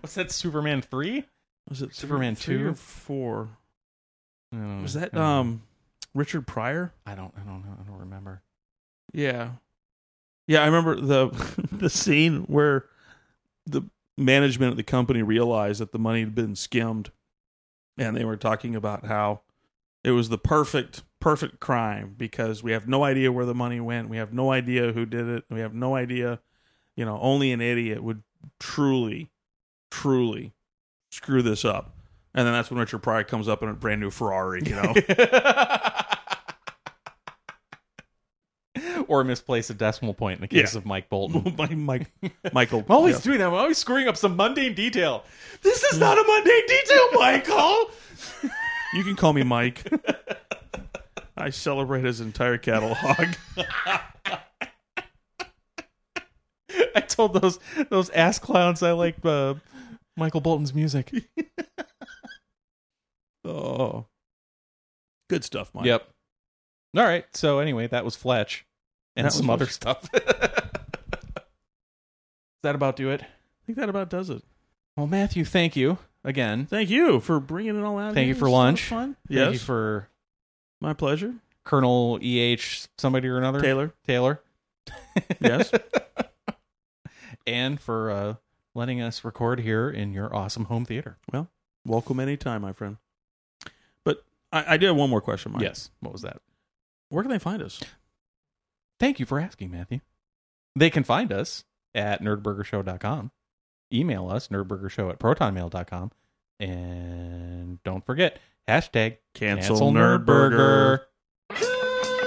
S2: What's that? Superman three?
S1: was it
S2: Superman
S1: three
S2: two? Oh,
S1: or four
S2: No,
S1: was that
S2: no, no.
S1: um richard pryor
S2: Mm, I don't. I don't know. I don't remember.
S1: yeah yeah i remember the the scene where the management of the company realized that the money had been skimmed and they were talking about how it was the perfect perfect crime because we have no idea where the money went we have no idea who did it we have no idea you know only an idiot would truly truly screw this up and then that's when richard pryor comes up in a brand new ferrari you know Oh.
S2: Or misplace a decimal point in the case
S1: Yeah.
S2: of Mike Bolton.
S1: Mike, Mike, michael
S2: I'm always
S1: yeah.
S2: doing that. I'm always screwing up some mundane detail. This is not a mundane detail, Michael.
S1: You can call me Mike. I celebrate his entire catalog.
S2: I told those those ass clowns I like uh, Michael Bolton's music.
S1: oh, good stuff, Mike.
S2: Yep. All right. So anyway, that was Fletch and
S1: That was
S2: some other
S1: Fletch.
S2: stuff. Does that about do it?
S1: I think that about does it.
S2: Well, Matthew, thank you again.
S1: Thank you for bringing it all out.
S2: Thank
S1: here.
S2: you for
S1: This is
S2: lunch.
S1: Fun.
S2: Thank
S1: Yes,
S2: you for
S1: my pleasure,
S2: Colonel E.H. somebody or another.
S1: Taylor.
S2: Taylor.
S1: Yes,
S2: And for uh, letting us record here in your awesome home theater.
S1: welcome anytime, my friend. But I, I do have one more question, Mike.
S2: Yes. What was that?
S1: Where can they find us?
S2: Thank you for asking, Matthew. They can find us at nerdburgershow.com. Email us, nerdburgershow at protonmail.com. And don't forget, hashtag
S1: Cancel
S2: Nerd
S1: Nerdburger.
S2: Burger.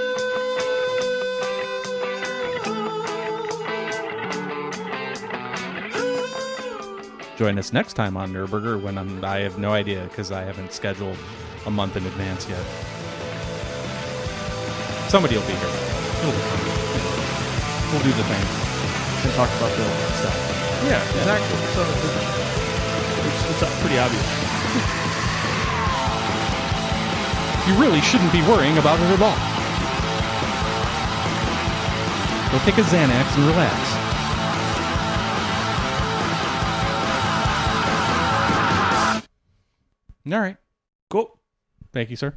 S2: Join us next time on Nerdburger when I'm, I have no idea because I haven't scheduled a month in advance yet. Somebody will be here. It'll be fun. We'll do the thing. And talk about the stuff.
S1: Yeah, exactly. So, It's, it's pretty obvious.
S2: You really shouldn't be worrying about it at all. Go take a Xanax and relax. All right.
S1: Cool.
S2: Thank you, sir.